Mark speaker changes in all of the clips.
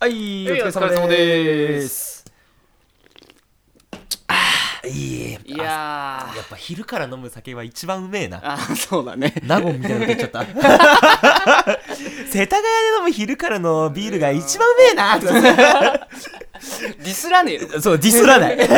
Speaker 1: はい、お
Speaker 2: はい
Speaker 1: 疲れ様で。
Speaker 2: お疲れ様です
Speaker 1: あーいいえ
Speaker 2: いや
Speaker 1: やっぱ昼から飲む酒は一番うめえ
Speaker 2: ー
Speaker 1: な。
Speaker 2: あーそうだね
Speaker 1: ナゴンみたいなの出ちゃった。 世田谷で飲む昼からのビールが一番うめえな。
Speaker 2: ディスらねえの
Speaker 1: そう、ディスら ない。
Speaker 2: まあ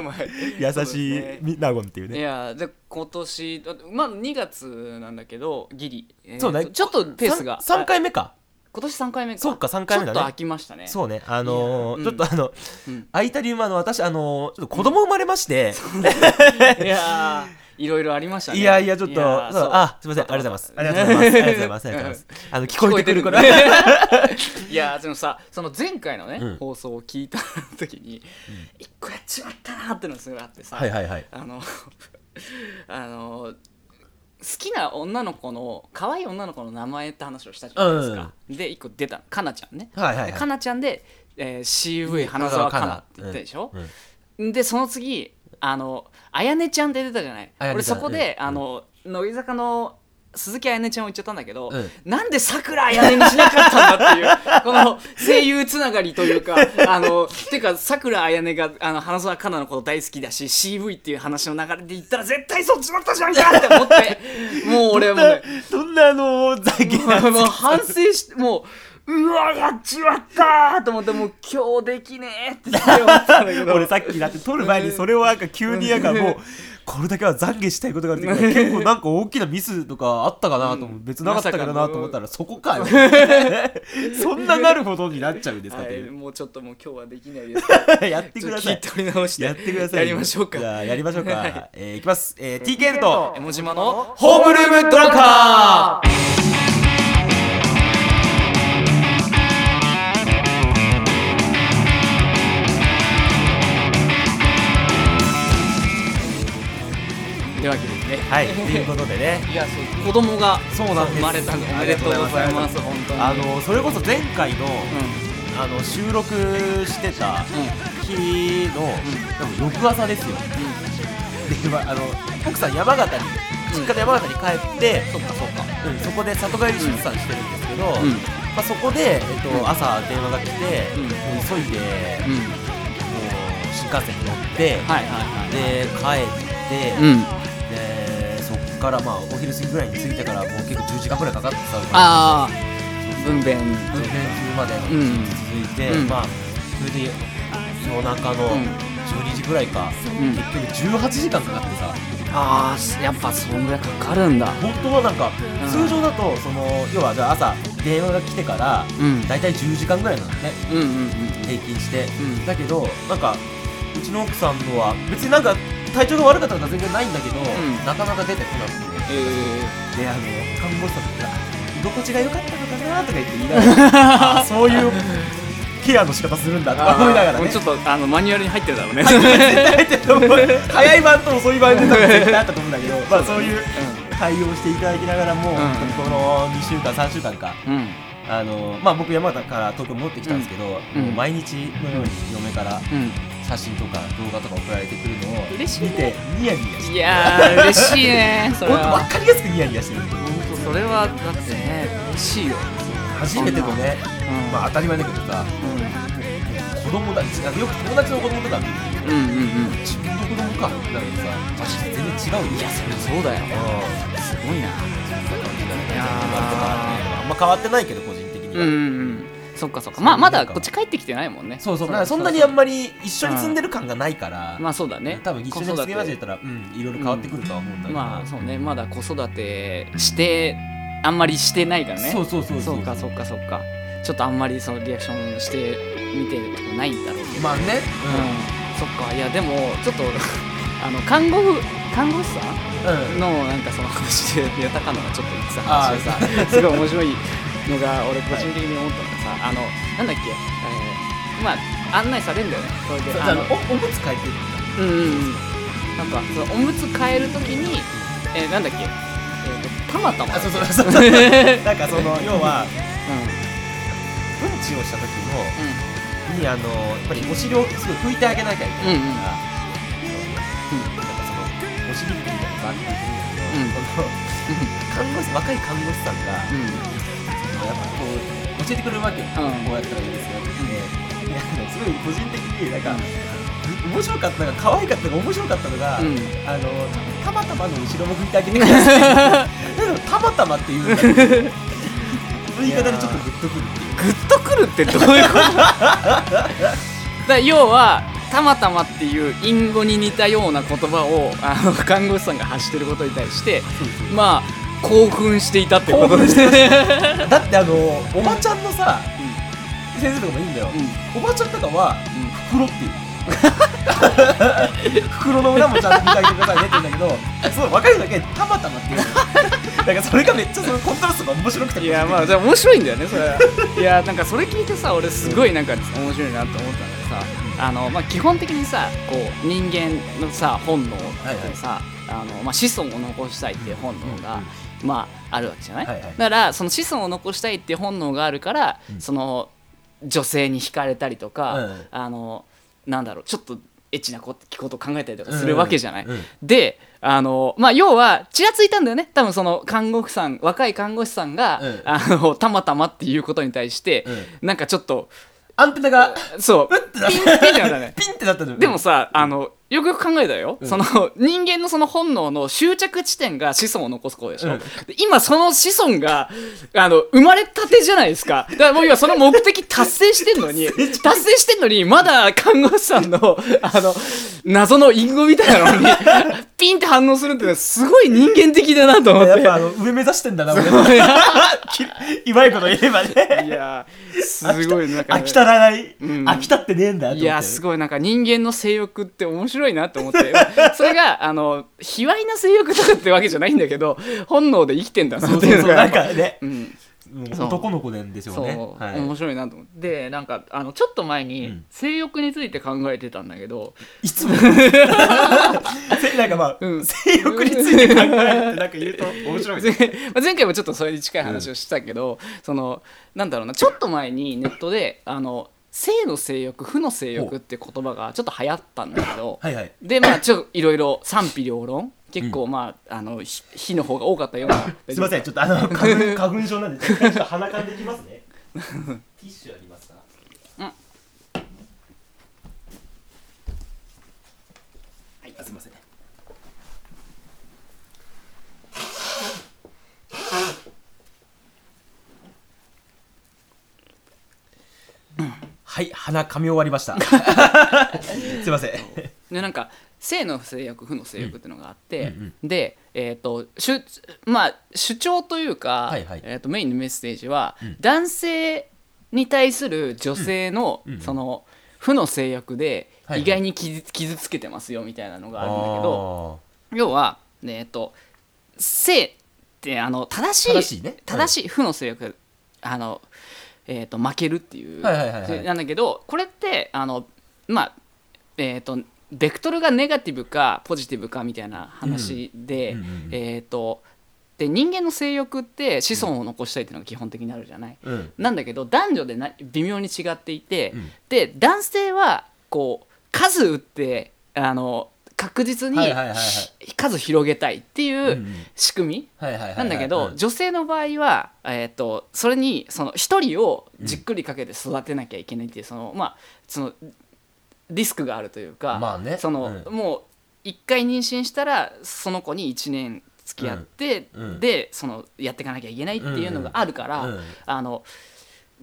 Speaker 2: まあ
Speaker 1: 優しい
Speaker 2: そうですね
Speaker 1: みナゴンっていう
Speaker 2: い
Speaker 1: ね。
Speaker 2: やーで今年まあ2月なんだけどギリ、えー
Speaker 1: そうね
Speaker 2: ちょっとペースが
Speaker 1: 3回
Speaker 2: 目
Speaker 1: 目か。
Speaker 2: 今年3回目か
Speaker 1: そうか3回目だね
Speaker 2: ちょっと空きましたね
Speaker 1: そうね、あのー
Speaker 2: い
Speaker 1: ち
Speaker 2: や
Speaker 1: ょっとあの、
Speaker 2: うん
Speaker 1: 空いた理由もあの、私、あのーちょっと子供生まれまして、
Speaker 2: いやーいろいろありましたね
Speaker 1: いやいや、ちょっと、
Speaker 2: いやー
Speaker 1: そう
Speaker 2: そう
Speaker 1: あ、すみません、ありがとうございます。ありがとうございます。ありがとうございます。ありがとうござい ます。あの、聞こえてくる から。
Speaker 2: いやーでもさその前回のね、
Speaker 1: うん
Speaker 2: 放送を聞いた時に一個やっちまったなーってのがすごいあってさ、
Speaker 1: はいはいはい。
Speaker 2: あの あの好きな女の子の可愛い女の子の名前って話をしたじゃないですか、で一個出たかなちゃんね、
Speaker 1: はいはいはい
Speaker 2: でかなちゃんで、えー、CV 花澤香菜って言ったでしょ、
Speaker 1: うんうん
Speaker 2: でその次あのあやねちゃんって出たじゃない
Speaker 1: あや
Speaker 2: 俺
Speaker 1: ねちゃ
Speaker 2: そ
Speaker 1: ん
Speaker 2: こで、あの乃木坂の鈴木あやねちゃんを言っちゃったんだけど、
Speaker 1: うん
Speaker 2: なんでさくらあやねにしなかったんだっていう この声優つながりというかあのていうかさくらあやねがあの花澤香菜のこと大好きだし CV っていう話の流れで言ったら絶対そっちだったじゃんかって思ってもう俺はもう ね
Speaker 1: どんな、あのー、ざけ
Speaker 2: もうもう反省してもううわやっちまったーと思ってもう今日できねえって思ったんだけど
Speaker 1: 俺さっきだって撮る前にそれをなんか急になんかもうこれだけは懺悔したいことがあるっていうか結構なんか大きなミスとかあったかなと思って別になかったかなと思ったらそこ かよそんななるほどになっちゃうんですかっ
Speaker 2: は
Speaker 1: て
Speaker 2: い、
Speaker 1: いう
Speaker 2: もうちょっともう今日はできないですから。
Speaker 1: やって
Speaker 2: ち
Speaker 1: く
Speaker 2: ょ
Speaker 1: だ
Speaker 2: っと
Speaker 1: さ
Speaker 2: 聞い
Speaker 1: い
Speaker 2: ており直して。
Speaker 1: やってください
Speaker 2: やりましょうか。
Speaker 1: じゃあやりましょうかえーいきますえー TKN と
Speaker 2: と江ノ島の
Speaker 1: ホームルームドランカ
Speaker 2: ー。でわけですね。
Speaker 1: はいということでね
Speaker 2: いや、そう子供が
Speaker 1: そうなんです
Speaker 2: 生まれたんでおめでとうございます。本当に。
Speaker 1: あのそれこそ前回のあの収録してた
Speaker 2: うん、うん。
Speaker 1: 日の多分翌朝ですよで、まあ、あの奥さん山形に実家の山形に帰って、
Speaker 2: そっかそっか。
Speaker 1: うんそこで里帰り出産してるんですけど、
Speaker 2: ん
Speaker 1: まあ、そこで、えっと朝電話が来て、
Speaker 2: うん
Speaker 1: もう急いで、
Speaker 2: う
Speaker 1: も
Speaker 2: ん。
Speaker 1: う新幹線に乗って、
Speaker 2: はいはいはい。
Speaker 1: で帰って、
Speaker 2: うん。
Speaker 1: でそっから、まあ、お昼過ぎぐらいに着いてからもう結構10時間ぐらいかかってたのかな
Speaker 2: ああ。分
Speaker 1: 運
Speaker 2: 娩。
Speaker 1: 転中まで
Speaker 2: うんうん
Speaker 1: 続いて、
Speaker 2: うん
Speaker 1: まあそれで夜中の
Speaker 2: うん
Speaker 1: 12時ぐらいか、
Speaker 2: うん
Speaker 1: 結局18時間かかってさ
Speaker 2: ああやっぱそんぐらいかかるんだ
Speaker 1: 本当はなんか、
Speaker 2: うん
Speaker 1: 通常だとその要はじゃあ朝電話が来てから
Speaker 2: うん
Speaker 1: 大体10時間ぐらいなのね
Speaker 2: うんうんうん
Speaker 1: 平均して、
Speaker 2: うん
Speaker 1: だけどなんかうちの奥さんのは別になんか体調が悪かったとか全然ないんだけど、
Speaker 2: ん
Speaker 1: なかなか出てこなくて
Speaker 2: え
Speaker 1: であの看護師さんが居心地が良かったのかなとか言って言いながらあそういうケアの仕方するんだとか思いながらね
Speaker 2: ちょっとあのマニュアルに入ってるだろうね
Speaker 1: 入ってると思う早い版と遅い版で多分絶対あったと思うんだけど、まあ、そういう対応していただきながらも、
Speaker 2: ん
Speaker 1: この2週間3週間か
Speaker 2: うん、うん、
Speaker 1: あの、まあ、僕山形から東京戻ってきたんですけど、
Speaker 2: うん
Speaker 1: もう毎日のように嫁から
Speaker 2: う
Speaker 1: 写真とか動画とか送られてくるのを見
Speaker 2: 嬉しいね
Speaker 1: てニヤニヤして
Speaker 2: ん、いやー嬉しいねそれ
Speaker 1: ほんと
Speaker 2: は
Speaker 1: 分かりやすくニヤニヤしてる
Speaker 2: 本当それはだってね嬉しいよ、
Speaker 1: 初めてのね、
Speaker 2: うん
Speaker 1: まあ、当たり前だけどさ子供たちなんかよく友達の子供とか見るけど
Speaker 2: うん、うんうんうん
Speaker 1: 自分の子供かってなるとさ確かに全然違うよ
Speaker 2: いやそりゃそうだよ
Speaker 1: うん
Speaker 2: すごいな
Speaker 1: あんま変わってないけど個人的に
Speaker 2: うんう
Speaker 1: は、
Speaker 2: んうんそっかそっかまあまだこっち帰ってきてないもんね
Speaker 1: そうそうだからそんなにあん
Speaker 2: ま
Speaker 1: まり一緒に住んでる感がないから、
Speaker 2: まあそうだね
Speaker 1: 多分一緒に住み始めたらうんいろいろ変わってくるとは思うんだけど、
Speaker 2: まあそうねまだ子育てしてあんまりしてないからね
Speaker 1: そうそうそう
Speaker 2: そう
Speaker 1: そう
Speaker 2: かそうかそうかちょっとあんまりそのリアクションして見てるとこないんだろうけど、
Speaker 1: まあね
Speaker 2: うんそっかいやでもちょっと あの看護婦看護師さ
Speaker 1: うん、うん
Speaker 2: んのなんかその話で宮高野がちょっと言ってた
Speaker 1: あ
Speaker 2: 話
Speaker 1: あ
Speaker 2: でさすごい面白いの が俺個人的に思ったのがさ、あのなんだっけ、えーまあ案内されるんだよねそれ
Speaker 1: そう
Speaker 2: で
Speaker 1: あ
Speaker 2: あ
Speaker 1: の
Speaker 2: の
Speaker 1: おおむつ変えてる
Speaker 2: うんうんうんなんかそのおむつ変えるときに、えーなんだっけ、えーとたまたま
Speaker 1: あそう そう そうそうなんかその要は
Speaker 2: う
Speaker 1: うんちをした時
Speaker 2: んう
Speaker 1: の
Speaker 2: ん
Speaker 1: にあのやっぱりお尻をすぐ拭いてあげなきゃいけないから、なんかそのお尻拭きみたいなのがあって言うんだけど、この看護師若い看護師さんが、
Speaker 2: うん
Speaker 1: やっぱこうお教えてくれるわけよ、
Speaker 2: ん
Speaker 1: こうやったらいいですよって、いやあのすごい個人的になんか、面白かったのが可愛かったのが面白かったのが、
Speaker 2: うん
Speaker 1: あのたまたまの後ろも拭いてあげてくださいたまたまっていうんだけどその言い方にちょっとグッとくるっていう
Speaker 2: グッとくるってどういうことだから要はたまたまっていう隠語に似たような言葉をあの看護師さんが発してることに対してまあ興奮していたってことです ね。
Speaker 1: だってあのおばちゃんのさ、先生とかもいいんだよ、おばちゃんとかは、
Speaker 2: ん
Speaker 1: 袋っていう袋の裏もちゃんと見てあげてくださいねって言うんだけどそう分かるだけたまたまっていうだからそれがめっちゃそのコントラストが面白くて
Speaker 2: いやまあでも面白いんだよねそれはいやなんかそれ聞いてさ俺すごいなんか面白いなと思ったんだけどさあの、まあ、基本的にさこう人間のさ本能ってさ、あのまあ、子孫を残したいっていう本能が、まあ、あるわけじゃない、
Speaker 1: はいはい
Speaker 2: だからその子孫を残したいっていう本能があるから、その女性に惹かれたりとか、
Speaker 1: うん
Speaker 2: あのなんだろうちょっとエッチなことを考えたりとかするわけじゃない、
Speaker 1: うんうん
Speaker 2: であの、まあ、要はちらついたんだよね多分その看護婦さん若い看護師さんが、
Speaker 1: うん
Speaker 2: あのたまたまっていうことに対して、なんかちょっと
Speaker 1: アンテナが
Speaker 2: そう
Speaker 1: てな
Speaker 2: ピンピンってなんだね
Speaker 1: ピンってなったのよ
Speaker 2: でもさあのよくよく考えたらよ、その人間のその本能の終着地点が子孫を残すことでしょ、
Speaker 1: うん
Speaker 2: で今その子孫があの生まれたてじゃないですかだからもう今その目的達成して んのに達成してんのにまだ看護師さんのあの謎の隠語みたいなのに ピンって反応するってのはすごい人間的だなと思って
Speaker 1: やっぱあの上目指してんだな俺きうまいこと言えばね
Speaker 2: いやーすごいなんか
Speaker 1: 飽きたらない、
Speaker 2: ん
Speaker 1: 飽きたってねえんだと思って
Speaker 2: いやすごいなんか人間の性欲って面白いなと思って それがあの卑猥な性欲とかってわけじゃないんだけど本能で生きてんだな
Speaker 1: そう
Speaker 2: って
Speaker 1: そ
Speaker 2: いうう
Speaker 1: そ
Speaker 2: の
Speaker 1: うな
Speaker 2: が
Speaker 1: んかね、
Speaker 2: うん
Speaker 1: もう
Speaker 2: そう
Speaker 1: 男の子なんですよ
Speaker 2: そう、
Speaker 1: ねはい
Speaker 2: 面白いなと思って
Speaker 3: でなんかあのちょっと前
Speaker 1: う
Speaker 3: に
Speaker 1: ん
Speaker 3: 性欲について考えてたんだけ ど、
Speaker 1: いつもせなんかまあ、
Speaker 2: うん
Speaker 1: 性欲について考えるってなんか言うと面白いですね。
Speaker 2: まあ前回もちょっとそれに近い話をしたけど、そのなんだろうなちょっと前にネットであの性の性欲負の性欲って言葉がちょっと流行ったんだけど、
Speaker 1: はいはい。
Speaker 2: でまあちょっといろいろ賛否両論結構まあ、あのひ火の方が多かったような
Speaker 1: すみません、ちょっとあの花粉花粉症 なんで、ちょっと鼻かんできますね。ティッシュありますか。
Speaker 2: うん
Speaker 1: あ、すみません。はい、鼻噛み終わりま した。すみません。
Speaker 2: でなんか性の制約負の制約っていうのがあって、
Speaker 1: うん
Speaker 2: で、えーとしゅまあ、主張というか、
Speaker 1: はいはい
Speaker 2: えー、とメインのメッセージは、男性に対する女性の,、
Speaker 1: うんうん
Speaker 2: その負の制約で
Speaker 1: はいはい
Speaker 2: 意外に傷,、傷つけてますよみたいなのがあるんだけど
Speaker 1: あー
Speaker 2: 要は、ねえー、と性ってあの正しい
Speaker 1: 正しいね
Speaker 2: 正しい負の制約あの、えー、と負けるっていう、
Speaker 1: はいはいはいはい
Speaker 2: それなんだけどこれってあのまあえっ、とベクトルがネガティブかポジティブかみたいな話で、
Speaker 1: うんうんうんうん
Speaker 2: えっ、とで人間の性欲って子孫を残したいっていうのが基本的にあるじゃない、
Speaker 1: うん
Speaker 2: なんだけど男女でな微妙に違っていて、
Speaker 1: うん
Speaker 2: で男性はこう数打ってあの確実に、
Speaker 1: はいはいはいはい
Speaker 2: ひ数広げたいってい
Speaker 1: んう
Speaker 2: うん仕組み
Speaker 1: はいはいはいはい
Speaker 2: なんだけど、
Speaker 1: うん
Speaker 2: 女性の場合は、えー、とそれにその一人をじっくりかけて育てなきゃいけないっていうそのまあそのリスクがあるというか、
Speaker 1: まあね
Speaker 2: その
Speaker 1: うん
Speaker 2: もう一回妊娠したらその子に1年付き合って、
Speaker 1: うんうん
Speaker 2: でそのやっていかなきゃいけないっていうのがあるから、
Speaker 1: うんうん
Speaker 2: あの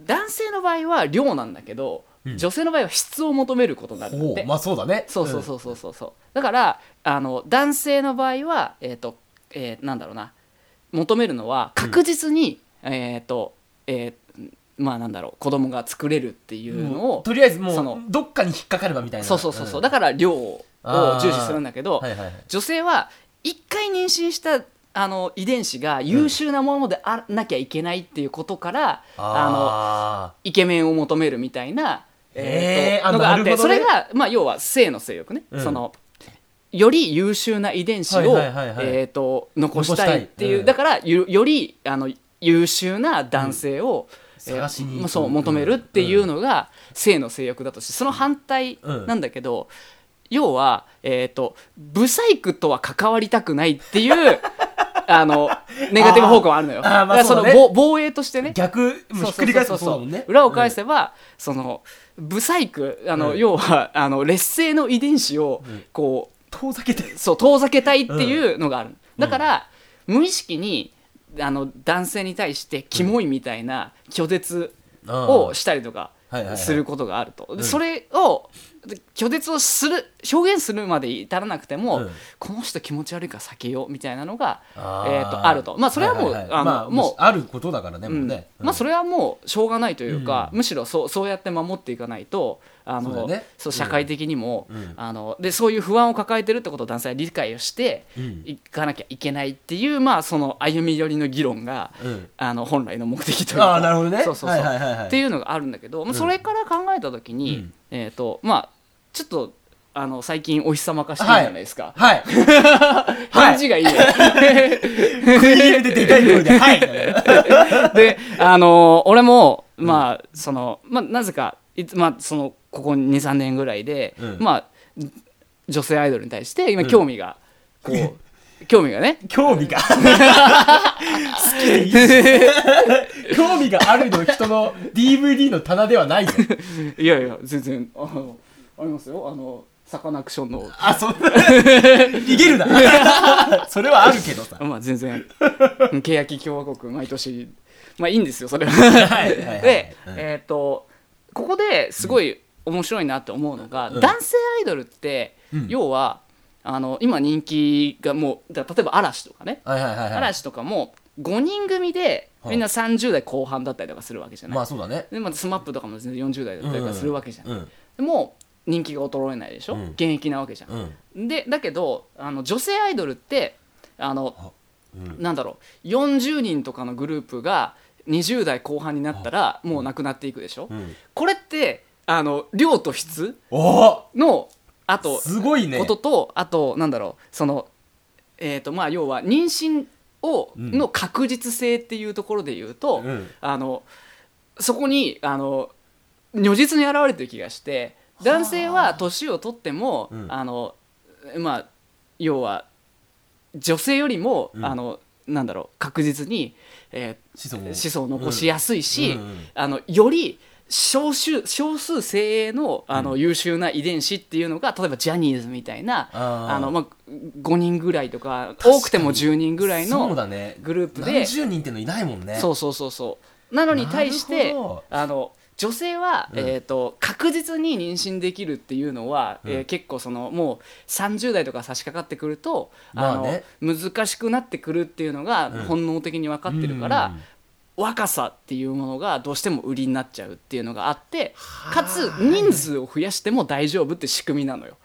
Speaker 2: 男性の場合は量なんだけど、
Speaker 1: ん
Speaker 2: 女性の場合は質を求めることになるんだっ
Speaker 1: ほ
Speaker 2: て
Speaker 1: うまあそうだね
Speaker 2: そうそうそううそうそうそうだからあの男性の場合はえっ、と、えーなんだろうな求めるのは確実に、えっ、とえーまあなんだろう子供が作れるってい
Speaker 1: ん
Speaker 2: うのを、
Speaker 1: とりあえずも
Speaker 2: そうの
Speaker 1: どっかに引っかかればみたいな
Speaker 2: そうそうそうそう、
Speaker 1: ん
Speaker 2: だから量を重視するんだけど、
Speaker 1: はいはいはい
Speaker 2: 女性は一回妊娠したあの遺伝子が優秀なものであらなきゃいけないっていうことから、あの
Speaker 1: あ
Speaker 2: イケメンを求めるみたいな、
Speaker 1: へー
Speaker 2: と
Speaker 1: あ
Speaker 2: のがあって
Speaker 1: なるほ
Speaker 2: そ
Speaker 1: どね
Speaker 2: れが、まあ、要は性の性欲ね、
Speaker 1: うん
Speaker 2: そのより優秀な遺伝子を
Speaker 1: はいはいはいはい
Speaker 2: えーと残したいってい
Speaker 1: 残した
Speaker 2: う、
Speaker 1: いうん
Speaker 2: だからよよりあの優秀な男性を、
Speaker 1: うん探しに行く
Speaker 2: まあそう求めるっていうのが性の性欲だとしてその反対
Speaker 1: うん
Speaker 2: なんだけど、 要は、えー、とブサイクとは関わりたくないっていうあのネガティブ方向もあるのよ
Speaker 1: あーあーまあ
Speaker 2: だからその
Speaker 1: そうだね
Speaker 2: ぼ防衛としてね
Speaker 1: 逆もうひっくり返すとそうだもんね
Speaker 2: 裏を返
Speaker 1: て
Speaker 2: せば、そのブサイクあの、
Speaker 1: うん
Speaker 2: 要はあの劣勢の遺伝子をこ
Speaker 1: 遠ざけて
Speaker 2: うそう遠ざけたいっていうのがある、だから無意識にあの男性に対してキモいみたいな拒絶をしたりとか
Speaker 1: はいはいはい
Speaker 2: することがあると、
Speaker 1: ん
Speaker 2: でそれを拒絶をする表現するまで至らなくても、
Speaker 1: うん
Speaker 2: この人気持ち悪いから避けようみたいなのが
Speaker 1: あ
Speaker 2: えーとあるとまあそれはもうあのもう
Speaker 1: あることだからねもうね
Speaker 2: うんまあそ
Speaker 1: れ
Speaker 2: れはもうしょうがないというか、むしろそうそうやって守っていかないとあの
Speaker 1: そうだよね
Speaker 2: そう社会的にも、
Speaker 1: うん
Speaker 2: あのでそういう不安を抱えてるってことを男性は理解をして
Speaker 1: うん
Speaker 2: いかなきゃいけないっていう、まあ、その歩み寄りの議論が、
Speaker 1: うん
Speaker 2: あの本来の目的というか
Speaker 1: ああなるほどね
Speaker 2: そうそうそう、
Speaker 1: はいはいはいはい
Speaker 2: っていうのがあるんだけど、まあ、それから考えた時に、
Speaker 1: うん
Speaker 2: えーとまあ、ちょっとあの最近お日様化してるじゃないですか。
Speaker 1: はい はい
Speaker 2: 返事がいいよ
Speaker 1: 食い入れででかい声で「はい」
Speaker 2: で、あのー俺も、まあ、その、まあ、なぜか、いつ、まあ、その、ここ2、3年ぐらいで、
Speaker 1: うん
Speaker 2: まあ、女性アイドルに対して、今、
Speaker 1: ん
Speaker 2: 興味が、こ う、興味がね、
Speaker 1: 興 味が好きでいいし興味があるの人の DVD の棚ではないぞ
Speaker 2: いやいや、全然、あの、ありますよ、あの、サカナクションの、
Speaker 1: あ そんな逃げるな それはあるけどさ
Speaker 2: まあ、全 然、うん欅共和国、毎年、まあ、いいんですよ、それは。
Speaker 1: はいはいはい
Speaker 2: で、
Speaker 1: うん
Speaker 2: えっ、と、ここですごい面白いなって思うのが、
Speaker 1: うん
Speaker 2: 男性アイドルって、
Speaker 1: うん
Speaker 2: 要はあの今人気がもうだ例えば嵐とかね、
Speaker 1: はいはいはいはい
Speaker 2: 嵐とかも5人組で
Speaker 1: はい
Speaker 2: みんな30代後半だったりとかするわけじゃない、
Speaker 1: まあそうだね
Speaker 2: でまたスマップとかも全然40代だったりとかするわけじゃない、
Speaker 1: うん
Speaker 2: でも人気が衰えないでしょ、
Speaker 1: うん
Speaker 2: 現役なわけじゃ、
Speaker 1: うんん
Speaker 2: でだけどあの女性アイドルってあの
Speaker 1: あうん
Speaker 2: なんだろう40人とかのグループが20代後半になったらもうなくなっていくでしょ、
Speaker 1: うん
Speaker 2: これってあの量と質
Speaker 1: お
Speaker 2: のあ
Speaker 1: お
Speaker 2: と
Speaker 1: すごいね
Speaker 2: ことと、あとなんだろうそのえっ、とまあ要は妊娠を
Speaker 1: うん
Speaker 2: の確実性っていうところで言うと、
Speaker 1: うん
Speaker 2: あのそこにあの如実に現れてる気がして男性は年を取っても、
Speaker 1: うん
Speaker 2: あのまあ要は女性よりも、
Speaker 1: うん
Speaker 2: あのなんだろう確実に、え
Speaker 1: 子孫
Speaker 2: ー子孫を残しやすいし、
Speaker 1: うんうんうん
Speaker 2: あのより少数少数精鋭のあの、優秀な遺伝子っていうのが例えばジャニーズみたいな
Speaker 1: あ
Speaker 2: あ
Speaker 1: ー
Speaker 2: の、まあ、5人ぐらいとか
Speaker 1: かに
Speaker 2: 多くても10人ぐらい
Speaker 1: そうだ
Speaker 2: の
Speaker 1: ね
Speaker 2: グループで
Speaker 1: 何十人ってのいないもんね
Speaker 2: そうそうそうそうなのに対して
Speaker 1: なるほど
Speaker 2: あの女性は、
Speaker 1: うん
Speaker 2: えー、と確実に妊娠できるっていうのは、えー
Speaker 1: うん
Speaker 2: 結構そのもう30代とか差し掛かってくると、
Speaker 1: まあね
Speaker 2: の難しくなってくるっていうのが
Speaker 1: うん
Speaker 2: 本能的に分かってるから、若さっていうものがどうしても売りになっちゃうっていうのがあってかつ人数を増やしても大丈夫って仕組みなのよ。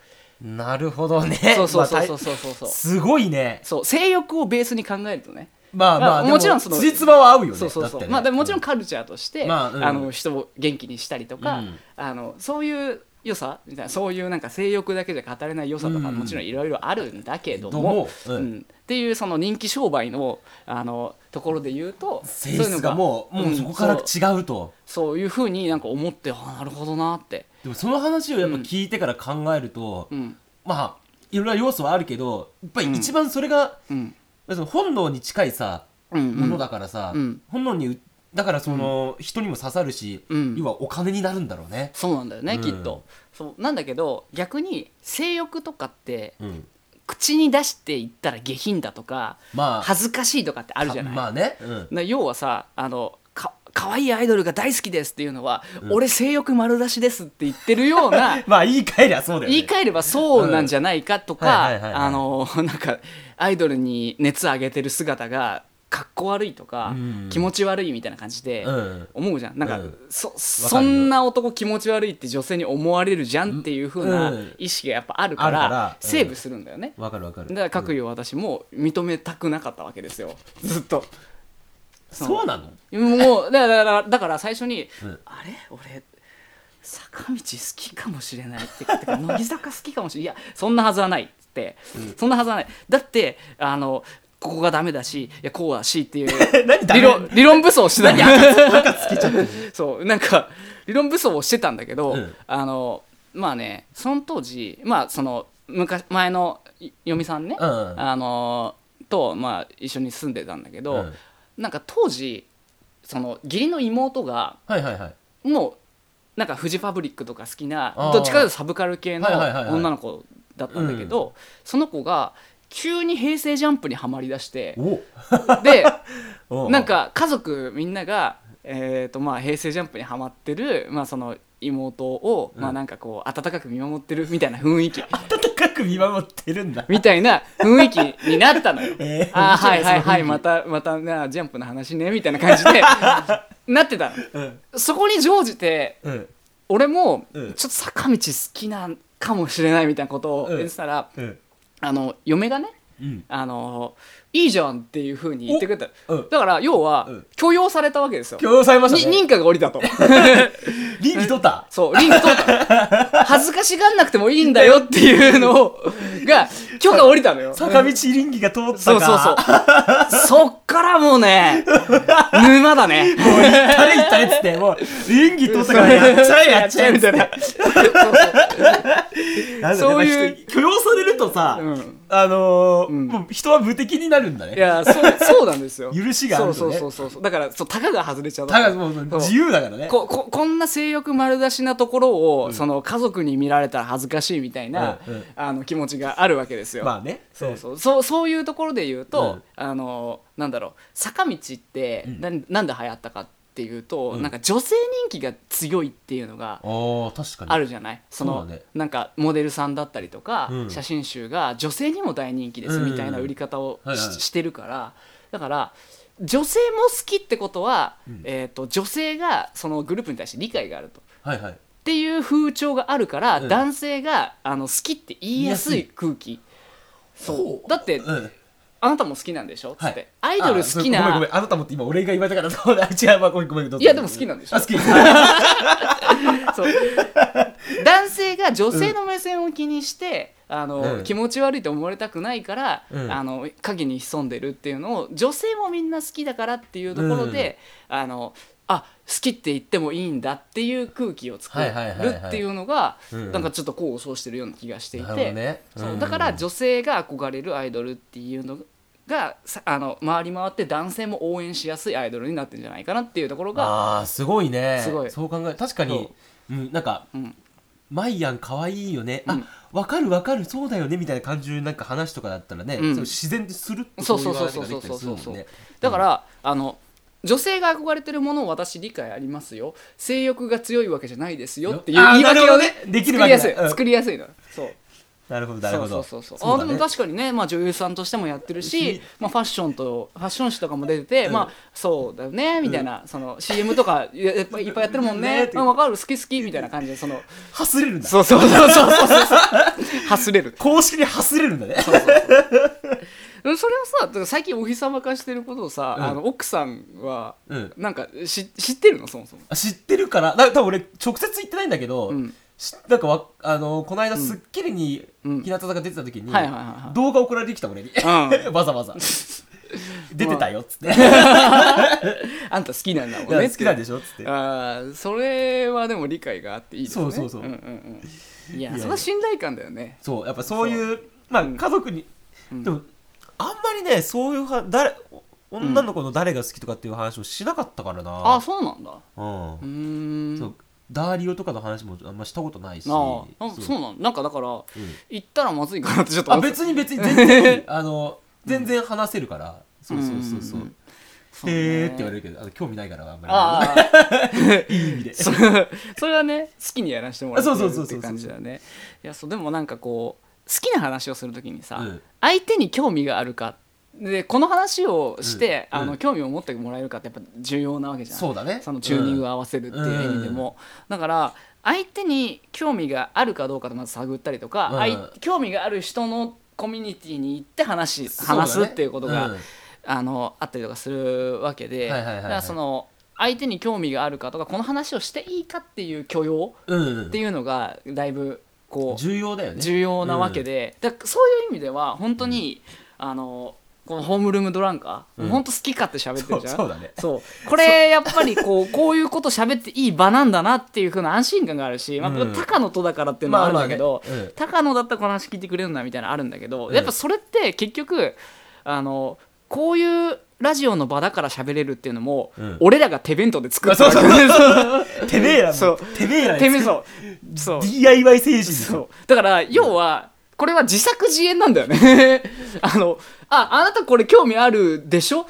Speaker 1: うんなるほどね
Speaker 2: そうそうそうそ
Speaker 1: ま
Speaker 2: う
Speaker 1: あ
Speaker 2: そうそうそ
Speaker 1: た
Speaker 2: う。
Speaker 1: すごいね
Speaker 2: そう性欲をベースに考えるとね。
Speaker 1: まあまあ
Speaker 2: まあもちろんその
Speaker 1: つじつまは合うよね
Speaker 2: そうそう
Speaker 1: だっ
Speaker 2: そう。
Speaker 1: てね
Speaker 2: まあでももちろんカルチャーとして、
Speaker 1: まあうん
Speaker 2: あの人を元気にしたりとか、
Speaker 1: うん
Speaker 2: あのそういう良さみたいなそういうなんか性欲だけじゃ語れない良さとか
Speaker 1: うん
Speaker 2: もちろんいろいろあるんだけど
Speaker 1: どうも
Speaker 2: も、
Speaker 1: うん
Speaker 2: うんっていうその人気商売のあのところで言うと、
Speaker 1: 性質がもう
Speaker 2: そうい
Speaker 1: もう
Speaker 2: の
Speaker 1: そ
Speaker 2: が
Speaker 1: こから
Speaker 2: うん
Speaker 1: 違うと
Speaker 2: そういうふうになんか思ってあなるほどなって、
Speaker 1: でもその話をやっぱ聞いてから考えると
Speaker 2: うん
Speaker 1: まあいろいろな要素はあるけどやっぱり一番それが
Speaker 2: うん
Speaker 1: その本能に近いさ
Speaker 2: うんうん、
Speaker 1: ものだからさ
Speaker 2: うん
Speaker 1: 本能にうだからその人にも刺さるし
Speaker 2: うん
Speaker 1: 要はお金になるんだろうね
Speaker 2: そうなんだよね、
Speaker 1: うん
Speaker 2: きっとそうなんだけど逆に性欲とかって
Speaker 1: うん
Speaker 2: 口に出していったら下品だとか
Speaker 1: まあ
Speaker 2: 恥ずかしいとかってあるじゃない、
Speaker 1: まあねうん
Speaker 2: な要はさあのか可愛いアイドルが大好きですっていうのは、俺性欲丸出しですって言ってる ような
Speaker 1: まあ言い換えりゃそうだよね
Speaker 2: 言い換えればそうなんじゃないかと
Speaker 1: うんはいはいはい
Speaker 2: か
Speaker 1: はい
Speaker 2: あのなんかアイドルに熱上げてる姿がかっこ悪いとか、
Speaker 1: うん
Speaker 2: 気持ち悪いみたいな感じで、
Speaker 1: うん
Speaker 2: 思うじゃんなんか、
Speaker 1: うん
Speaker 2: そそんな男気持ち悪いって女性に思われるじゃんっていう風
Speaker 1: う
Speaker 2: なん意識がやっぱあるか
Speaker 1: あるから
Speaker 2: ら
Speaker 1: うん
Speaker 2: セーブするんだよね、
Speaker 1: わかるわかる
Speaker 2: だから各言う私も認めたくなかったわけですよずっと
Speaker 1: そうなの
Speaker 2: もうだからだからだから最初に、
Speaker 1: うん
Speaker 2: あれ俺坂道好きかもしれないっててか乃木坂好きかもしれないいやそんなはずはないっつって、そんなはずはないだってあのここがダメだしいやこうだしっていう
Speaker 1: 何 ダメ
Speaker 2: 理論理論武装してた そうなんか理論武装をしてたんだけど、
Speaker 1: うん
Speaker 2: あのまあねその当時まあその昔前のい嫁さんね、
Speaker 1: うん
Speaker 2: あのと、まあ、一緒に住んでたんだけど、
Speaker 1: うん
Speaker 2: なんか当時その義理の妹が
Speaker 1: はいはいはい
Speaker 2: もうなんかフジファブリックとか好きな
Speaker 1: あー
Speaker 2: どっちかというとサブカル系の
Speaker 1: はいはいはいはい
Speaker 2: 女の子だったんだけど、その子が急に平成ジャンプにはまりだして
Speaker 1: お
Speaker 2: で
Speaker 1: お
Speaker 2: なんか家族みんなが、えーとまあ、平成ジャンプにはまってる、まあ、その妹を、
Speaker 1: うん
Speaker 2: まあ、なんかこう温かく見守ってるみたいな雰囲気
Speaker 1: 温かく見守ってるんだ
Speaker 2: みたいな雰囲気になったのよ。
Speaker 1: えー
Speaker 2: あーは
Speaker 1: 面白
Speaker 2: いはいは
Speaker 1: そ
Speaker 2: い
Speaker 1: の雰
Speaker 2: ま
Speaker 1: 囲
Speaker 2: たまたなジャンプの話ねみたいな感 じでなってた
Speaker 1: 気うん
Speaker 2: のそこに乗じて
Speaker 1: うん
Speaker 2: 俺もち
Speaker 1: う
Speaker 2: ょ
Speaker 1: ん
Speaker 2: っと坂道好きなんかもしれないみたいなことを
Speaker 1: うん
Speaker 2: 言ってたら、
Speaker 1: うん
Speaker 2: あの嫁がね
Speaker 1: うん
Speaker 2: あのいいじゃんっていうふうに言ってくれた
Speaker 1: うん
Speaker 2: だから要は、
Speaker 1: うん
Speaker 2: 許容されたわけですよ、
Speaker 1: 強要されまし
Speaker 2: に
Speaker 1: たね
Speaker 2: 認可が降りたと
Speaker 1: 倫理取った
Speaker 2: そうリンク取った恥ずかしがんなくてもいいんだよっていうのをが許可降りたのよ
Speaker 1: 坂道倫理が通ったか
Speaker 2: そうそう そうそっからもうね沼だね
Speaker 1: もう行ったれ行ったれっつってもう倫理取ったからやっちゃえやっちゃえみたいななんだろ
Speaker 2: そう
Speaker 1: ね
Speaker 2: いう
Speaker 1: やっぱ人許容されるとさ、
Speaker 2: うん
Speaker 1: あのー
Speaker 2: うん
Speaker 1: もう人は無敵になるんだ
Speaker 2: い
Speaker 1: ね。
Speaker 2: やそうそうなんですよ
Speaker 1: 許しがあるのね
Speaker 2: そうそうそうそうだからそうたかが外れちゃう
Speaker 1: ただもう自由だからね。
Speaker 2: こここんな性欲丸出しなところを、その家族に見られたら恥ずかしいみたいな、
Speaker 1: うんうん
Speaker 2: あの気持ちがあるわけですよ。
Speaker 1: まあね。
Speaker 2: そうそうそうそういうところで言うと、
Speaker 1: うん
Speaker 2: あのなんだろう坂道って
Speaker 1: うん
Speaker 2: な,、ん、なんで流行ったかっていうと、
Speaker 1: うん
Speaker 2: なんか女性人気が強いっていうのが
Speaker 1: うん。ああ確かに。
Speaker 2: あるじゃないその
Speaker 1: そうだね
Speaker 2: なんかモデルさんだったりとか、
Speaker 1: うん
Speaker 2: 写真集が女性にも大人気です
Speaker 1: うん
Speaker 2: みたいな売り方をし,、
Speaker 1: はいはい
Speaker 2: てるからだから女性も好きってことは、
Speaker 1: うん
Speaker 2: えー、と女性がそのグループに対して理解があると。
Speaker 1: はいはい。
Speaker 2: っていう風潮があるから、
Speaker 1: うん
Speaker 2: 男性があの好きって言いやすい空気そうだって、
Speaker 1: うん。
Speaker 2: あなたも好きなんでしょ?」つって、ア
Speaker 1: ア
Speaker 2: イドル好
Speaker 1: ごめ
Speaker 2: き
Speaker 1: んご
Speaker 2: な
Speaker 1: めん。あなたもって今俺が言われたからそうだ。 違うまあごめんごめん。どうぞ
Speaker 2: いやでも好きなんでしょ
Speaker 1: あ好き。は
Speaker 2: そう男性が女性の目線を気にして、あの
Speaker 1: うん
Speaker 2: 気持ち悪いと思われたくないから、
Speaker 1: うん
Speaker 2: あの影に潜んでるっていうのを女性もみんな好きだからっていうところで、あのあ好きって言ってもいいんだっていう空気を作る
Speaker 1: はいはいはいはい
Speaker 2: っていうのが、
Speaker 1: うん
Speaker 2: なんかちょっと功を奏してるような気がしてい
Speaker 1: な
Speaker 2: て、
Speaker 1: るほどね
Speaker 2: そううんだから女性が憧れるアイドルっていうのがさあの回り回って男性も応援しやすいアイドルになってるんじゃないかなっていうところが
Speaker 1: ああすごいね。
Speaker 2: すごい
Speaker 1: そう考え確かにう
Speaker 2: そ。
Speaker 1: ん、なんか、
Speaker 2: うん
Speaker 1: マイアン可愛いよね、
Speaker 2: う
Speaker 1: あ
Speaker 2: ん
Speaker 1: わかるわかるそうだよねみたいな感じのなんか話とかだったらね、
Speaker 2: うん
Speaker 1: そう自然でするって
Speaker 2: そう
Speaker 1: い
Speaker 2: そうそう
Speaker 1: 話
Speaker 2: そう
Speaker 1: がで
Speaker 2: そ
Speaker 1: き
Speaker 2: う
Speaker 1: た
Speaker 2: そ
Speaker 1: り
Speaker 2: う
Speaker 1: す
Speaker 2: そ
Speaker 1: るも
Speaker 2: う
Speaker 1: んね
Speaker 2: だから、あの女性が憧れてるものを私理解ありますよ性欲が強いわけじゃないですよっていう
Speaker 1: あー
Speaker 2: 言い訳をね
Speaker 1: なるほどねできる
Speaker 2: 作
Speaker 1: わ
Speaker 2: り
Speaker 1: けだ
Speaker 2: やすい、
Speaker 1: うん
Speaker 2: 作りやすいのそう
Speaker 1: なるほどなるほど
Speaker 2: そうそうそう
Speaker 1: そ
Speaker 2: そうう
Speaker 1: だ
Speaker 2: あ
Speaker 1: ね
Speaker 2: でも確かにね、まあ、女優さんとしてもやってるし、まあ、ファッションとファッション誌とかも出てて、
Speaker 1: うん
Speaker 2: まあそうだよねみたいな、その CM とかややっぱいっぱいやってるもん
Speaker 1: ね
Speaker 2: ね
Speaker 1: って
Speaker 2: まあ、分かる好き好きみたいな感じでその
Speaker 1: はすれるんだ
Speaker 2: そうそうそうそうそうそう はす れる
Speaker 1: 公式にはすれるんだね
Speaker 2: そうそうそうそれをさだから最近お日様化してることをさ、
Speaker 1: うん
Speaker 2: あの奥さんは
Speaker 1: うん
Speaker 2: なんかし知ってるのそもそも。
Speaker 1: あ知ってるからな多分俺直接言ってないんだけど、
Speaker 2: うん
Speaker 1: しなんかわあのこの間『スッキリ』に
Speaker 2: うん
Speaker 1: 日向坂出てた時に
Speaker 2: はいはいはいはい
Speaker 1: 動画送られてきた俺に
Speaker 2: う
Speaker 1: わざ わざ出てたよっつって、
Speaker 2: あんた好きなんだもん
Speaker 1: いや
Speaker 2: ね。
Speaker 1: 好きなんでしょっつって
Speaker 2: あーそれはでも理解があっていいですね。
Speaker 1: そうそうそうん
Speaker 2: んうんい
Speaker 1: いや
Speaker 2: や、それは信頼感だよね。
Speaker 1: そうやっぱそういうまあ
Speaker 2: うん
Speaker 1: 家族に、
Speaker 2: うん
Speaker 1: でもあんまりねそういうは誰女の子の誰が好きとかっていう話をしなかったからな、
Speaker 2: あ、そうなんだ。
Speaker 1: う
Speaker 2: うー
Speaker 1: ん
Speaker 2: ん。
Speaker 1: そうダーリオとかの話もあんましたことないし
Speaker 2: ああ、なんかそうなんなんかだから、行ったらまずいかなってちょっと
Speaker 1: あ
Speaker 2: 思って
Speaker 1: 別に別に全然いい あの全然話せるから、そうそうそうそう、
Speaker 2: うんうんうんそうね
Speaker 1: へーって言われるけどあの興味ないからあんまり
Speaker 2: ああ
Speaker 1: いい意味で
Speaker 2: そそれはね好きにやらせてもらってる
Speaker 1: あそうそうそう
Speaker 2: っ
Speaker 1: そ
Speaker 2: て
Speaker 1: う
Speaker 2: 感じだねいやそうでもなんかこう好きな話をするときにさ、
Speaker 1: うん
Speaker 2: 相手に興味があるかでこの話をして、
Speaker 1: うん
Speaker 2: あ
Speaker 1: うん
Speaker 2: の興味を持ってもらえるかってやっぱ重要なわけじゃん
Speaker 1: そうだね
Speaker 2: そのチューニングを
Speaker 1: は、
Speaker 2: 合わせるっていう意味でも、だから相手に興味があるかどうかとまず探ったりとか、
Speaker 1: うん
Speaker 2: あい興味がある人のコミュニティに行って話
Speaker 1: うん
Speaker 2: し話す
Speaker 1: そだね
Speaker 2: っていうことが、
Speaker 1: うん
Speaker 2: あのあったりとかするわけで、
Speaker 1: はいはいはいはい
Speaker 2: だからその相手に興味があるかとかこの話をしていいかっていう許容
Speaker 1: うんうん
Speaker 2: っていうのがだいぶこう
Speaker 1: 重要だよね
Speaker 2: 重要なわけで、だからそういう意味では本当に、あのこのホームルームドランカー、
Speaker 1: うん
Speaker 2: 本当好き勝手喋ってるじゃん
Speaker 1: そうそうだね
Speaker 2: そうこれやっぱりこうこういうこと喋っていい場なんだなっていうふうな安心感があるし、まあ、
Speaker 1: うん
Speaker 2: 高野とだからっていうのもあるんだけど、
Speaker 1: まあまあねうん
Speaker 2: 高野だったらこの話聞いてくれるんだみたいなのあるんだけど、
Speaker 1: うん
Speaker 2: やっぱそれって結局あのこういうラジオの場だから喋れるっていうのも、
Speaker 1: うん
Speaker 2: 俺らが手弁当で作った
Speaker 1: あそうそう
Speaker 2: わけ
Speaker 1: てめえら
Speaker 2: そ
Speaker 1: の
Speaker 2: う
Speaker 1: てめえら
Speaker 2: 手弁
Speaker 1: の
Speaker 2: 当そう
Speaker 1: DIY 精神です
Speaker 2: そ
Speaker 1: よ
Speaker 2: うだから要はこれは自作自演なんだよね あのああなたこれ興味あるでしょ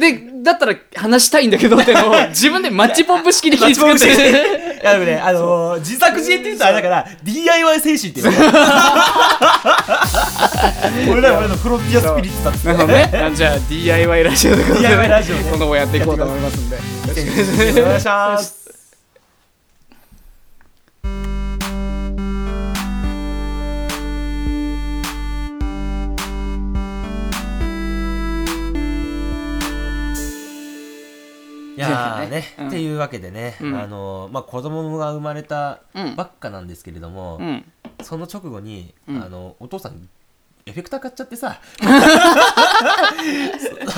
Speaker 2: でだったら話したいんだけどっていうのを自分でマッチポンプ式で聞いて作っ
Speaker 1: マッチポ
Speaker 2: て
Speaker 1: いやでもねあのー自作自演って言うとあれだから DIY 精神って いうの俺ら俺のフロンティアスピリッツだっ
Speaker 2: な
Speaker 1: て
Speaker 2: るほどねあじゃあ DIY ラジオということで
Speaker 1: DIY ラジオね
Speaker 2: 今後もやっていこうと思いますんで
Speaker 1: お願いしますいやーね、
Speaker 2: うん
Speaker 1: っていうわけでね、
Speaker 2: うん
Speaker 1: あのーまあ、子供が生まれた
Speaker 2: うん
Speaker 1: ばっかなんですけれども、
Speaker 2: うん
Speaker 1: その直後に、
Speaker 2: うん
Speaker 1: あのお父さんエフェクター買っちゃって さ そあ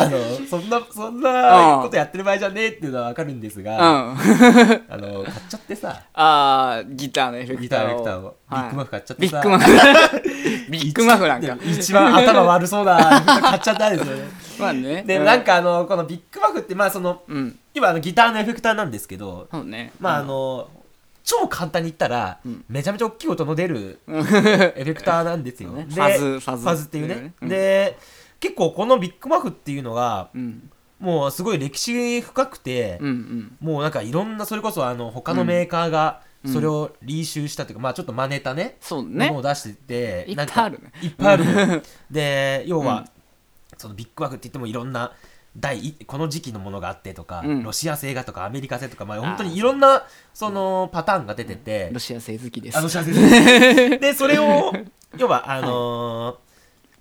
Speaker 1: のそんなそんなことやってる場合じゃねえっていうのはわかるんです
Speaker 2: う
Speaker 1: が、
Speaker 2: ん
Speaker 1: あの買っちゃってさ
Speaker 2: あーギターのエフェク
Speaker 1: ギ
Speaker 2: タ
Speaker 1: ター
Speaker 2: ー
Speaker 1: エ
Speaker 2: を
Speaker 1: フェクターをビッグマフ買っちゃって
Speaker 2: ビ
Speaker 1: さ、
Speaker 2: ッグマフビッグマフなん か
Speaker 1: 一一番頭悪そうなエフェクター買っちゃったんですよね
Speaker 2: まあね
Speaker 1: でなんかあのこのビッグマフってまあその
Speaker 2: うん
Speaker 1: 今あのギターのエフェクターなんですけど、
Speaker 2: そうね
Speaker 1: まああの超簡単に言ったら、めちゃめちゃ大きい音の出る エフェクターなんですよ。
Speaker 2: そうね
Speaker 1: で
Speaker 2: ファズファズ
Speaker 1: っていうね。
Speaker 2: うん
Speaker 1: で結構このビッグマフっていうのが
Speaker 2: うん
Speaker 1: もうすごい歴史深くて、
Speaker 2: うんうん
Speaker 1: もうなんかいろんなそれこそあの他のメーカーがそれを履修したというか、まあちょっと真似たね
Speaker 2: そう
Speaker 1: もの
Speaker 2: ね
Speaker 1: を出してて
Speaker 2: いっ
Speaker 1: なん
Speaker 2: ぱい
Speaker 1: か
Speaker 2: あるね
Speaker 1: いっぱいあるの よで要
Speaker 2: う
Speaker 1: は
Speaker 2: ん、
Speaker 1: そのビッグワークって言ってもいろんな第一この時期のものがあってとか、
Speaker 2: うん
Speaker 1: ロシア製がとかアメリカ製とか、まあ、
Speaker 2: ー
Speaker 1: 本当にいろんなそのパターンが出てて、
Speaker 2: ロシア製好きです
Speaker 1: あロシア製 ですでそれ を要はあのー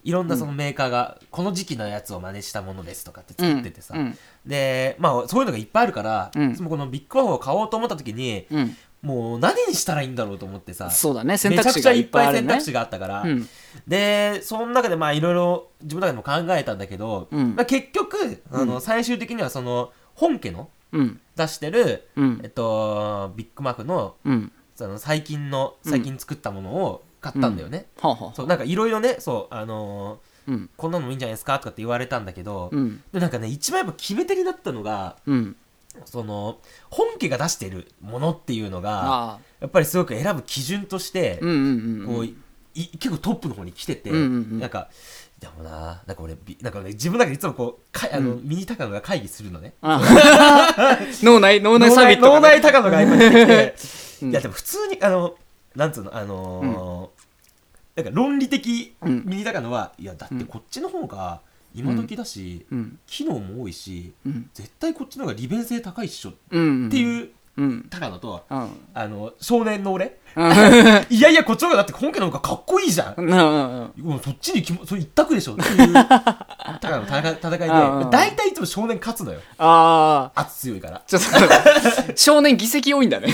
Speaker 1: いろんなそのメーカーがこの時期のやつを真似したものですとかって作っててさ、
Speaker 2: うん
Speaker 1: でまあそういうのがいっぱいあるから、
Speaker 2: うん
Speaker 1: そのこのビッグワークを買おうと思った時に
Speaker 2: うんうん
Speaker 1: もう何にしたらいいんだろうと思ってさ
Speaker 2: そうだね選
Speaker 1: めち
Speaker 2: 択
Speaker 1: ゃく
Speaker 2: 肢
Speaker 1: ちゃ
Speaker 2: が
Speaker 1: い
Speaker 2: い
Speaker 1: っ
Speaker 2: っ
Speaker 1: ぱ
Speaker 2: ぱい
Speaker 1: い
Speaker 2: ある
Speaker 1: 選択
Speaker 2: ね
Speaker 1: 肢があったから、
Speaker 2: うん
Speaker 1: でその中でまあいろいろ自分の中でも考えたんだけど、
Speaker 2: うん
Speaker 1: まあ、結局あの最終的にはその本家の
Speaker 2: うん
Speaker 1: 出してる、
Speaker 2: うん
Speaker 1: えっと、ビッグマークの
Speaker 2: うん
Speaker 1: その最近の最近作ったものを買ったんだよね、
Speaker 2: はあはあ
Speaker 1: そうなんかいろいろねそうあの
Speaker 2: うん
Speaker 1: ーこんなのもいいんじゃないですかとかって言われたんだけど、
Speaker 2: うん
Speaker 1: でなんかね一番やっぱ決め手になったのが
Speaker 2: うん
Speaker 1: その本家が出してるものっていうのが
Speaker 2: ああ
Speaker 1: やっぱりすごく選ぶ基準として、
Speaker 2: うんうんうん
Speaker 1: こ
Speaker 2: う
Speaker 1: うんい結構トップの方に来てて、
Speaker 2: うんうんうん
Speaker 1: なんかでもななんか俺びなんか、ね、自分の中でいつもこうかいあの、ミニ高野が会議するのね
Speaker 2: ああ 脳内脳内サビット
Speaker 1: 脳
Speaker 2: とかね
Speaker 1: 内高野が今出てきて、
Speaker 2: うん
Speaker 1: いやでも普通にあのなんつうのあのーなんか論理的
Speaker 2: うん
Speaker 1: ミニ高野は、いやだってこっちの方が今時だし、
Speaker 2: うん
Speaker 1: 機能も多いし、
Speaker 2: うん
Speaker 1: 絶対こっちの方が利便性高いっしょっ
Speaker 2: うん
Speaker 1: て
Speaker 2: う
Speaker 1: いう
Speaker 2: うん
Speaker 1: 高野と、
Speaker 2: うん
Speaker 1: あの少年の俺
Speaker 2: うん
Speaker 1: いやいやこっちの方がだって本家の方がかっこいいじゃん
Speaker 2: うんうん
Speaker 1: もうそっちにきもそれ一択でしょっていう高野の戦い戦いで
Speaker 2: うんうん
Speaker 1: 大体いつも少年勝つのよ
Speaker 2: ああ
Speaker 1: 圧強いから
Speaker 2: ちょっと少年議席多いんだね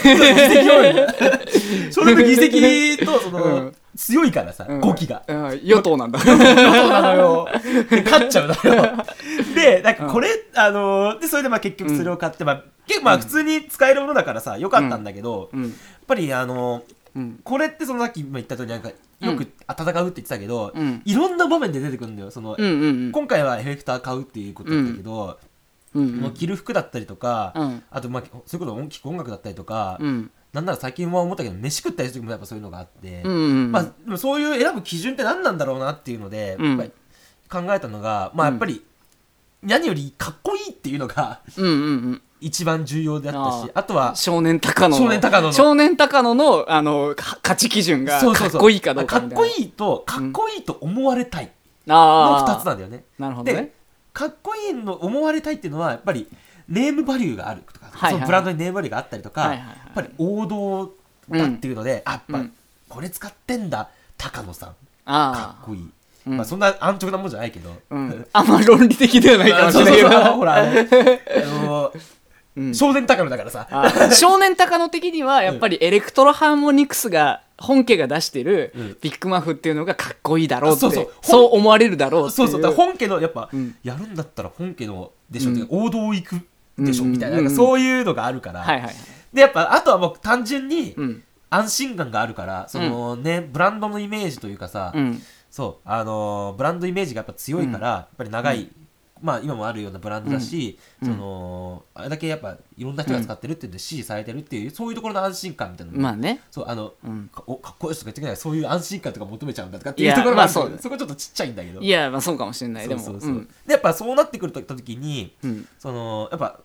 Speaker 1: 少年の議席とその、
Speaker 2: うん
Speaker 1: 強いからさ
Speaker 2: うん
Speaker 1: 語気が、
Speaker 2: うん与党なんだ
Speaker 1: そうなのよで勝っちゃうのよ でなんかこれ、あのーでそれでまあ結局それを買って、まあ結構まあ普通に使えるものだからさよかったんだけど、
Speaker 2: うん
Speaker 1: やっぱりあのー
Speaker 2: うん
Speaker 1: これってそのさっき今言った通りなんかよくあ戦うって言ってたけど、
Speaker 2: うん
Speaker 1: いろんな場面で出てくるんだよその、
Speaker 2: うんうん
Speaker 1: 今回はエフェクター買うっていうことだったけど、
Speaker 2: うん
Speaker 1: もう着る服だったりとか、
Speaker 2: うん
Speaker 1: あと、まあ、そういうこと音聞く音楽だったりとか、
Speaker 2: うん
Speaker 1: なんなら最近は思ったけど飯食ったりする時もやっぱそういうのがあって、
Speaker 2: うんうん
Speaker 1: まあ、でもそういう選ぶ基準って何なんだろうなっていうので、
Speaker 2: うん
Speaker 1: やっぱり考えたのが、まあ、やっぱり何よりかっこいいっていうのが
Speaker 2: うんうんうん
Speaker 1: 一番重要だったし
Speaker 2: あ
Speaker 1: あとは
Speaker 2: 少年高野の
Speaker 1: 少年高野の
Speaker 2: 少年高野のあのか価値基準が
Speaker 1: そう
Speaker 2: か
Speaker 1: そう
Speaker 2: っ
Speaker 1: そう
Speaker 2: こいいかどうかみたいな
Speaker 1: っこいいとかっこいいと思われたいの
Speaker 2: ああ
Speaker 1: 2つなんだよね。
Speaker 2: なるほどね
Speaker 1: でかっこいいの思われたいっていうのはやっぱりネームバリューがあるとか、
Speaker 2: はいはい
Speaker 1: そのブランドにネームバリューがあったりとか、
Speaker 2: はいはいはい
Speaker 1: やっぱり王道だっていうので、あやっぱ
Speaker 2: うん
Speaker 1: これ使ってんだ高野さんか
Speaker 2: あ
Speaker 1: っこいい、
Speaker 2: うん
Speaker 1: まあ、そんな安直なもんじゃないけど、
Speaker 2: あ、うん、あんま論理的ではないかもし
Speaker 1: そう
Speaker 2: れ
Speaker 1: そ
Speaker 2: ないうけ
Speaker 1: そう
Speaker 2: ど
Speaker 1: ほらあの、あの
Speaker 2: うん
Speaker 1: 少年高野だからさ
Speaker 2: あー少年高野的にはやっぱりエレクトロハーモニクスが本家が出してる
Speaker 1: うん
Speaker 2: ビッグマフっていうのがかっこいいだろうって
Speaker 1: そ
Speaker 2: そうう
Speaker 1: そう本
Speaker 2: 思われるだろうって
Speaker 1: そ
Speaker 2: いう
Speaker 1: うそうだから本家のやっぱ、
Speaker 2: うん
Speaker 1: やるんだったら本家のでしょ、
Speaker 2: うん
Speaker 1: てか王道行くでしょ、
Speaker 2: うん
Speaker 1: みたいななんか
Speaker 2: うん
Speaker 1: そういうのがあるから、
Speaker 2: はいはい
Speaker 1: でやっぱあとはもう単純に
Speaker 2: うん
Speaker 1: 安心感があるからそのね、ブランドのイメージというかさ、
Speaker 2: うん
Speaker 1: そうあのーブランドイメージがやっぱ強いから、やっぱり長い、まあ今もあるようなブランドだし、
Speaker 2: うん
Speaker 1: そのあれだけやっぱいろんな人が使ってるっていうんで支持されてるっていう、そういうところの安心感みたいなのも、
Speaker 2: まあね
Speaker 1: そうあの、
Speaker 2: うん
Speaker 1: かおかっこよいしとか言ってくれないそういう安心感とか求めちゃうんだとかっていう
Speaker 2: いや
Speaker 1: ところがあるんだけど
Speaker 2: まあそうだね
Speaker 1: そこちょっとちっちゃいんだけど
Speaker 2: いやまあそうかもしれないでも
Speaker 1: そうそうそう
Speaker 2: うん
Speaker 1: でやっぱそうなってくるとた時に
Speaker 2: うん
Speaker 1: そのやっぱ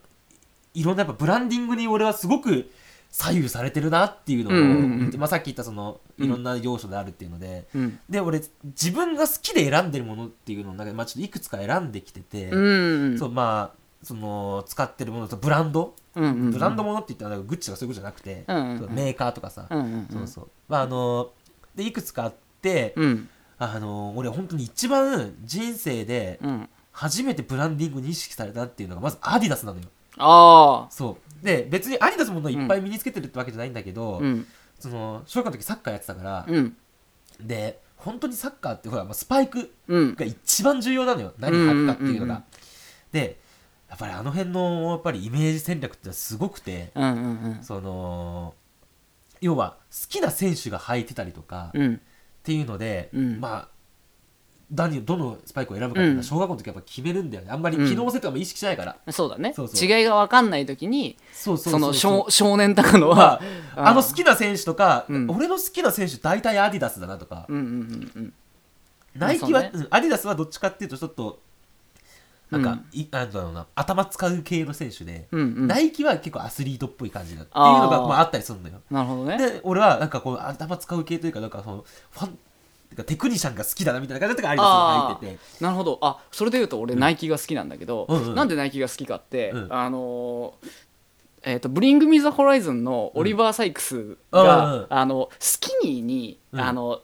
Speaker 1: いろんなやっぱブランディングに俺はすごく左右されてるなっていうのを、
Speaker 2: うんうんうん
Speaker 1: でまあ、さっき言ったそのいろんな要素であるっていうので、
Speaker 2: うん
Speaker 1: で俺自分が好きで選んでるものっていうのをなんか、まあ、ちょっといくつか選んできてて、
Speaker 2: うん
Speaker 1: そうまあその使ってるものとブランド、
Speaker 2: うんうん
Speaker 1: ブランドものって言ったらなんかグッチとかそういうことじゃなくて、
Speaker 2: うんうん
Speaker 1: そうメーカーとかさ、
Speaker 2: うんうんうん
Speaker 1: そうそうまああのでいくつかあって、
Speaker 2: うん
Speaker 1: あの俺本当に一番人生で
Speaker 2: うん
Speaker 1: 初めてブランディングに意識されたっていうのがまずアディダスなのよ
Speaker 2: ああ
Speaker 1: そうで別にアディダスのものをいっぱい身につけてるってわけじゃないんだけど、
Speaker 2: うん
Speaker 1: その小学校の時サッカーやってたから、
Speaker 2: うん
Speaker 1: で本当にサッカーってほら、まあ、スパイク
Speaker 2: うん
Speaker 1: が一番重要なのよ何履くかっていうのが、
Speaker 2: うんうんうんうん
Speaker 1: でやっぱりあの辺のやっぱりイメージ戦略ってのはすごくて、
Speaker 2: うんうん
Speaker 1: その要は好きな選手が履いてたりとか、
Speaker 2: うんうん
Speaker 1: っていうので、
Speaker 2: うん
Speaker 1: まあ何をどのスパイクを選ぶかっていうのは小学校の時やっぱ決めるんだよねあんまり機能性とかも意識しないから、
Speaker 2: そうだね
Speaker 1: そうそう
Speaker 2: 違いが分かんない時に
Speaker 1: そうそう
Speaker 2: その
Speaker 1: そう
Speaker 2: 少少年高野
Speaker 1: ま
Speaker 2: は
Speaker 1: あ、あの好きな選手とか、
Speaker 2: うん
Speaker 1: 俺の好きな選手大体アディダスだなとか、
Speaker 2: うんうんうん
Speaker 1: ナイキは、
Speaker 2: まあそう
Speaker 1: うんアディダスはどっちかっていうとちょっとなん
Speaker 2: う
Speaker 1: か
Speaker 2: ん、
Speaker 1: いなんだろうな頭使う系の選手で、
Speaker 2: うんうん
Speaker 1: ナイキは結構アスリートっぽい感じだっていうのが
Speaker 2: あー
Speaker 1: まあ、あったりするのよ
Speaker 2: なるほどね
Speaker 1: で俺はなんかこう頭使う系というかなんかそのファンてかテクニシャンが好きだなみたいな感じとかアディダス
Speaker 2: あ
Speaker 1: が入ってて
Speaker 2: ーなるほどあそれでいうと俺ナイキが好きなんだけど、
Speaker 1: うんうん
Speaker 2: なんでナイキが好きかって、
Speaker 1: うん
Speaker 2: あのーえー、とブリング・ミー・ザ・ホライズンのオリバー・サイクスが、
Speaker 1: うん
Speaker 2: あのスキニーに、
Speaker 1: うん
Speaker 2: あの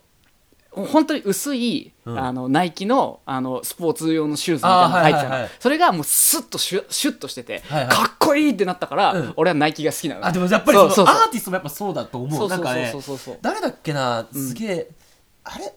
Speaker 2: 本当に薄い、
Speaker 1: うん
Speaker 2: あのナイキのあのスポーツ用のシューズみたいなのが入ってたの、
Speaker 1: あーはいはいはい
Speaker 2: それがもうスッとシュシュッとしてて、
Speaker 1: はいはい
Speaker 2: かっこいいってなったから、
Speaker 1: うん
Speaker 2: 俺はナイキが好きなの
Speaker 1: あでもやっぱりその
Speaker 2: そうそうそう
Speaker 1: アーティストもやっぱそうだと思う
Speaker 2: そう
Speaker 1: な
Speaker 2: そ
Speaker 1: ん
Speaker 2: う
Speaker 1: かね
Speaker 2: そうそうそう
Speaker 1: 誰だっけなすげえ、あれ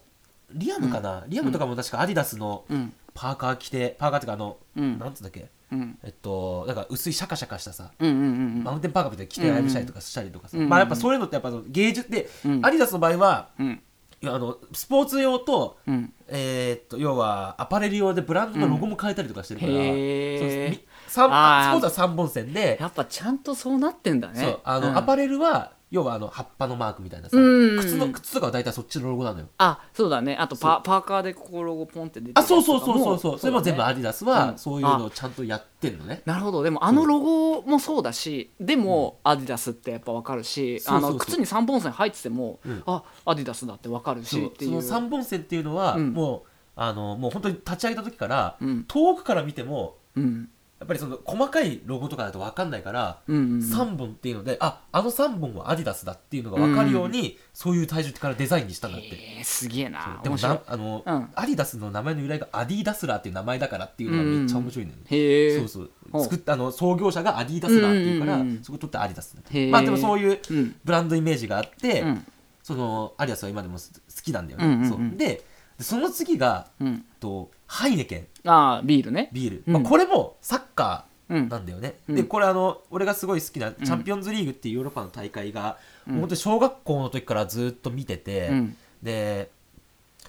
Speaker 1: リアムかな、リアムとかも確かアディダスの
Speaker 2: うん
Speaker 1: パーカー着て、パーカーっていうかあの、
Speaker 2: うん
Speaker 1: なんつうんだっけ
Speaker 2: うん
Speaker 1: えっとなんか薄いシャカシャカしたさ、
Speaker 2: うんうんうん
Speaker 1: マウンテンパーカーみたいな着てライブしたりとかしたりとかさ、
Speaker 2: うん
Speaker 1: まあやっぱそういうのってやっぱその芸術で、
Speaker 2: うん
Speaker 1: アディダスの場合は
Speaker 2: うん
Speaker 1: いやあのスポーツ用と、
Speaker 2: うん
Speaker 1: えーっと要はアパレル用でブランドのロゴも変えたりとかしてるから、
Speaker 2: うんへー
Speaker 1: そうですみ三
Speaker 2: あー
Speaker 1: スポーツは3本線で
Speaker 2: やっぱちゃんとそうなってんだね
Speaker 1: そうあの、
Speaker 2: うん
Speaker 1: アパレルは要はあの葉っぱのマークみたいなさ、
Speaker 2: うん
Speaker 1: 靴の靴とかは大体そっちのロゴなのよ
Speaker 2: あそうだねあとパパーカーでここロゴポンって出てる
Speaker 1: あそうそうそうそうそうそれも
Speaker 2: だね
Speaker 1: 全部アディダス
Speaker 2: う
Speaker 1: は
Speaker 2: ん
Speaker 1: そういうのをちゃんとやってんのね、
Speaker 2: なるほどでもあのロゴもそうだしでもアディダスってやっぱ分かるし
Speaker 1: そう
Speaker 2: あ
Speaker 1: そうそう
Speaker 2: の靴に3本線入ってても
Speaker 1: うん
Speaker 2: あアディダスだって分かるし
Speaker 1: そう
Speaker 2: って
Speaker 1: そ
Speaker 2: い
Speaker 1: の
Speaker 2: う
Speaker 1: 3本線っていうのは、
Speaker 2: うん
Speaker 1: もうあのもう本当に立ち上げた時から、
Speaker 2: うん
Speaker 1: 遠くから見ても
Speaker 2: うん
Speaker 1: やっぱりその細かいロゴとかだと分かんないから、
Speaker 2: うんうんうん
Speaker 1: 3本っていうのでああの3本はアディダスだっていうのが分かるように、そういう体重からデザインにしたんだって、
Speaker 2: えーすげえな
Speaker 1: でも
Speaker 2: 面白い
Speaker 1: なあの、
Speaker 2: うん
Speaker 1: アディダスの名前の由来がアディダスラーっていう名前だからっていうのがめっちゃ面白いんだよね、
Speaker 2: へえ
Speaker 1: そうそう
Speaker 2: ほう
Speaker 1: 作ったあの創業者がアディダスラーっていうから、
Speaker 2: うんうんうんうん
Speaker 1: そこ取ってアディダスだった
Speaker 2: へー
Speaker 1: まあでもそういう
Speaker 2: うん
Speaker 1: ブランドイメージがあって、
Speaker 2: うん
Speaker 1: そのアディダスは今でも好きなんだよね、
Speaker 2: うんうんうん
Speaker 1: そうででその次が、
Speaker 2: うん
Speaker 1: とハイネケン
Speaker 2: あービールね
Speaker 1: ビール、
Speaker 2: うん
Speaker 1: まあ、これもサッカ
Speaker 2: う
Speaker 1: ー
Speaker 2: ん
Speaker 1: なんだよね、
Speaker 2: うん
Speaker 1: でこれあの俺がすごい好きなチャンピオンズリーグっていうヨーロッパの大会が、もう本当に小学校の時からずっと見てて、
Speaker 2: うん
Speaker 1: で